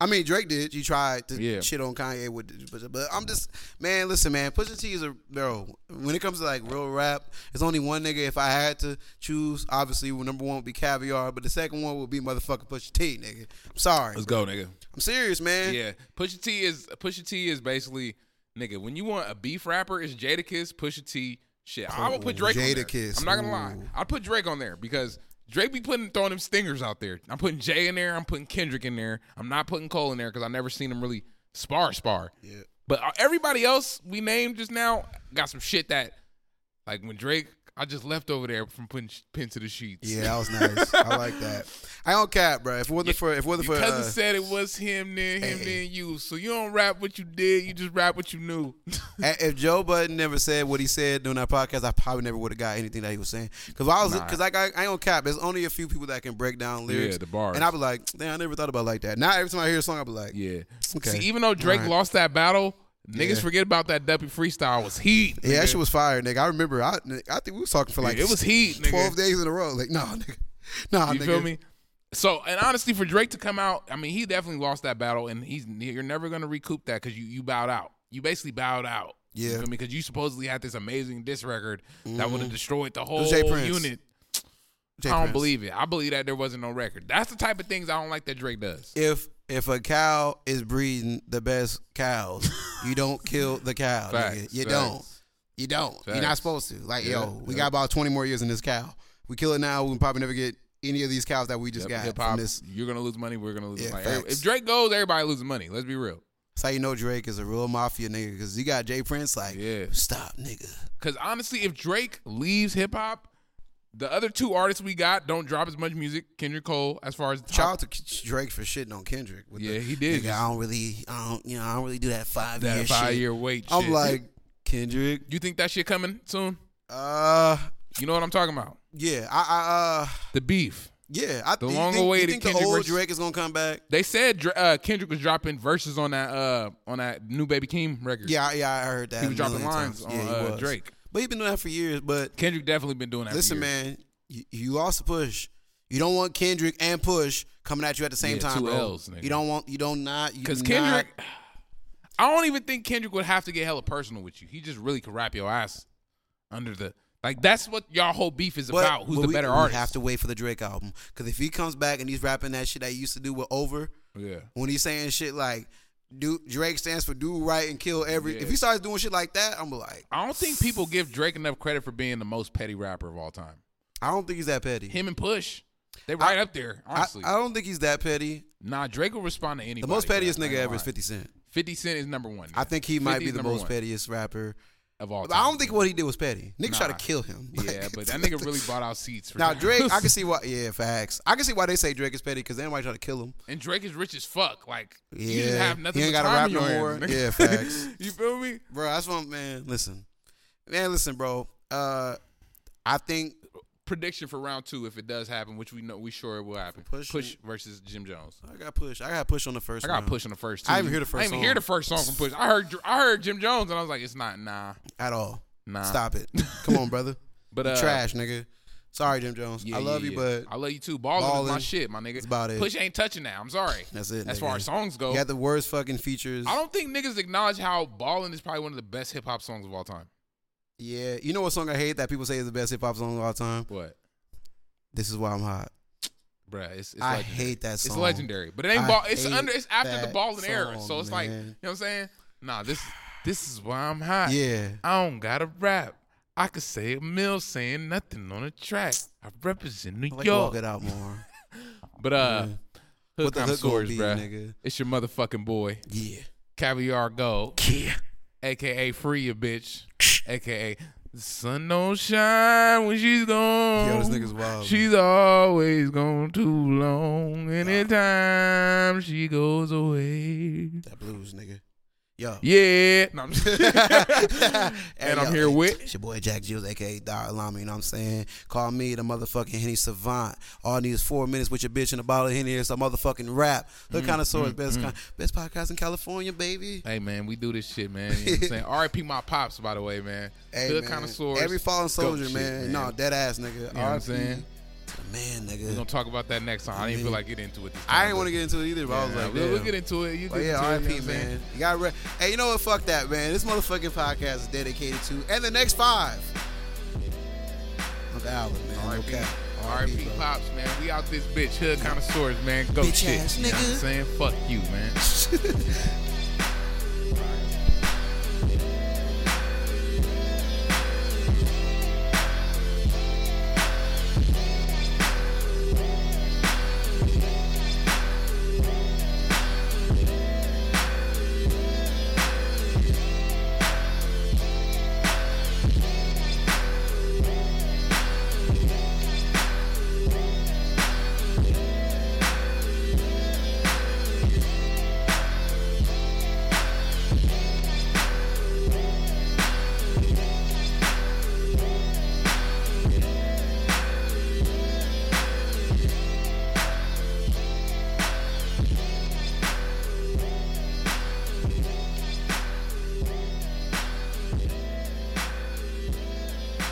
I mean, Drake did. You tried to
Yeah.
shit on Kanye with, but, but I'm just man. Listen, man, Pusha T is a bro. When it comes to like real rap, it's only one nigga. If I had to choose, obviously, well, number one would be Caviar, but the second one would be motherfucking Pusha T, nigga. I'm sorry,
go, nigga.
I'm serious, man.
Yeah, Pusha T is Pusha T is basically nigga. When you want a beef rapper, it's Jadakiss, Pusha T. Shit, I would put Drake on there.
Jadakiss,
I'm not gonna lie,
ooh.
I put Drake on there because Drake be putting throwing them stingers out there. I'm putting Jay in there. I'm putting Kendrick in there. I'm not putting Cole in there because I never seen him really spar spar. Yeah. But uh, everybody else we named just now got some shit that like when Drake. I just left over there from putting sh- pin to the sheets.
Yeah, that was nice. I like that. I don't cap, bro. If it wasn't for, if it wasn't for,
Your cousin
uh,
said it was him, then him,
hey.
then you. So you don't rap what you did, you just rap what you knew.
A- if Joe Budden never said what he said during that podcast, I probably never would have got anything that he was saying. Because I was, because I, got- I ain't gonna cap. There's only a few people that can break down lyrics.
Yeah, the bars.
And I be like, damn, I never thought about it like that. Now every time I hear a song, I be like,
yeah.
Okay.
See, even though Drake
Alright.
lost that battle, niggas
Yeah.
forget about that Duppy freestyle. It was heat.
yeah,
nigga.
that shit was fire, nigga. I remember. I, I think we was talking for like
Yeah, it was heat, nigga.
twelve days in a row. Like, nah, nigga, nah,
You
nigga.
feel me? So, and honestly, for Drake to come out, I mean, he definitely lost that battle, and he's you're never gonna recoup that because you you bowed out. You basically bowed out.
Yeah. Mm-hmm.
you because you supposedly had this amazing diss record that would have destroyed the whole
Jay Prince.
unit.
Jay
I don't
Prince.
believe it. I believe that there wasn't no record. That's the type of things I don't like that Drake does.
if if a cow is breeding the best cows, you don't kill the cow. nigga.
Facts,
You
facts.
don't. You don't. You're not
Facts.
supposed to. Like,
Yeah,
yo, we
yeah.
got about 20 more years in this cow. We kill it now, we can probably never get any of these cows that we just got
Hip
from
hop,
this.
you're gonna lose money. We're gonna lose
Yeah,
money.
facts.
If Drake goes, everybody loses money. Let's be real.
That's how you know Drake is a real mafia nigga because you got Jay Prince like,
Yeah.
stop, nigga.
Because honestly, if Drake leaves hip hop, the other two artists we got don't drop as much music. Kendrick Cole, as far as top-
Shout out to K- Drake for shitting on Kendrick. with
Yeah,
the,
he did.
Nigga, I don't really, I don't, you know, I don't really do that five year
that five
shit.
year wait.
I'm
shit.
like, Kendrick,
you think that shit coming soon?
uh,
You know what I'm talking about?
yeah, I, I, uh,
The beef.
yeah, I
The
you
long
think, you
awaited
think the
Kendrick
old
versus-
Drake is gonna come back.
They said Dra- uh, Kendrick was dropping verses on that uh, on that new Baby Keem record.
Yeah, I- yeah, I heard that.
He was
a
dropping
million
lines
times.
on,
yeah, he
uh,
was.
Drake.
but he's been doing that for years. But
Kendrick definitely been doing that. for
listen,
years.
man, you, you lost to Push. You don't want Kendrick and Push coming at you at the same
Yeah,
time,
two
bro.
L's, nigga.
You don't want. You don't not.
Because Kendrick, I don't even think Kendrick would have to get hella personal with you. He just really could wrap your ass under the like. That's what y'all whole beef is
but,
about. Who's
but
the
we,
better
we
artist?
have to wait for the Drake album because if he comes back and he's rapping that shit that he used to do with Over,
yeah.
when he's saying shit like. Do, Drake stands for do right and kill every. If he starts doing shit like that, I'm like,
I don't think people give Drake enough credit for being the most petty rapper of all time.
I don't think he's that petty.
Him and Push, they right up there.
I,
Honestly,
I don't think he's that petty.
nah, Drake will respond to anybody.
The most
bro.
pettiest
I ain't
nigga
gonna
ever is
lie.
50 Cent.
Fifty Cent is number one.
I think he might
50
be
is
the
number
most
one
pettiest rapper.
of all
But
time.
I don't think what he did was petty. Niggas try to
Nah.
kill him.
Yeah, but that nigga really bought out seats. For
Now Drake, I can see why. Yeah, facts. I can see why they say Drake is petty because everybody try to kill him.
and Drake is rich as fuck. Like
Yeah,
you just have nothing.
He ain't
but
gotta
time
rap
in
no
your
more.
hands, nigga.
Yeah, facts.
you feel me?
bro, that's what man. Listen, man, listen, bro. Uh, I think
prediction for round two if it does happen, which we know we sure it will happen.
Push-
Push, versus Jim Jones.
I got push. I got push on the first.
I got
round.
push on the first. Two.
I didn't hear the first
I didn't
song.
hear the first song from Push. I heard I heard Jim Jones and I was like, it's not nah.
at all.
Nah.
Stop it. Come on, brother.
But
You
uh,
trash, nigga. Sorry, Jim Jones.
Yeah,
I love
yeah,
you,
yeah.
but
I love you too. Ballin', is my
Ballin',
shit, my nigga.
that's about it.
Push ain't touching now. I'm sorry.
that's it.
As
nigga.
far as songs go,
you got the worst fucking features.
I don't think niggas acknowledge how Ballin' is probably one of the best hip hop songs of all time.
Yeah, you know what song I hate that people say is the best hip hop song of all time?
What,
This is why I'm hot.
bruh? It's, it's
I
legendary.
hate that song.
It's legendary, but it ain't
I
ball. It's
hate
under. It's after the
that
Ballin' era,
song,
so it's like you know
man.
what I'm saying. Nah, this this is why I'm hot.
Yeah.
I don't gotta rap. I could say a mill saying nothing on a track. I represent New
I like
York.
walk it out more.
But uh, hook
What the
I'm
hook gonna
Swords,
be,
bruh.
nigga?
It's your motherfucking boy,
yeah.
Caviar Gold, aka Free Your Bitch, aka the Sun Don't Shine When She's Gone.
Yo, this nigga's wild.
She's always gone too long. Anytime she goes away,
That blues, nigga. Yo.
yeah. No, I'm just- and
Hey,
I'm
yo,
here
hey,
with
It's your boy Jack Jules, aka Dar Lama, you know what I'm saying? Call me the motherfucking Henny Savant. All I need is four minutes with your bitch and a bottle of Henny. It's a motherfucking rap. Hood kind of swords, best kind, best podcast in California, baby.
Mm, Hey man, we do this shit, man. You know what I'm saying? R.I.P. my pops, by the way, man.
Hey,
Good
man.
kind of sword.
Every fallen soldier,
shit,
man.
man.
No, dead ass nigga.
You know what I'm saying?
Man,
We're
nigga.
gonna talk about that next time. I didn't feel like getting into it. This time,
I didn't want to get into it either, but I was
Nah,
like,
we'll,
damn.
we'll get into it. You
But
get
yeah, RIP,
into it, you know what I'm saying?
man. You got re- Hey, you know what? Fuck that, man. This motherfucking podcast is dedicated to and the next five. Look out, man.
R.I.P.
Okay.
R.I.P. Pops, man. We out this bitch. Hood kind of swords, man. Go
Bitch
shit.
ass
You know what I'm
nigga.
saying? Fuck you, man.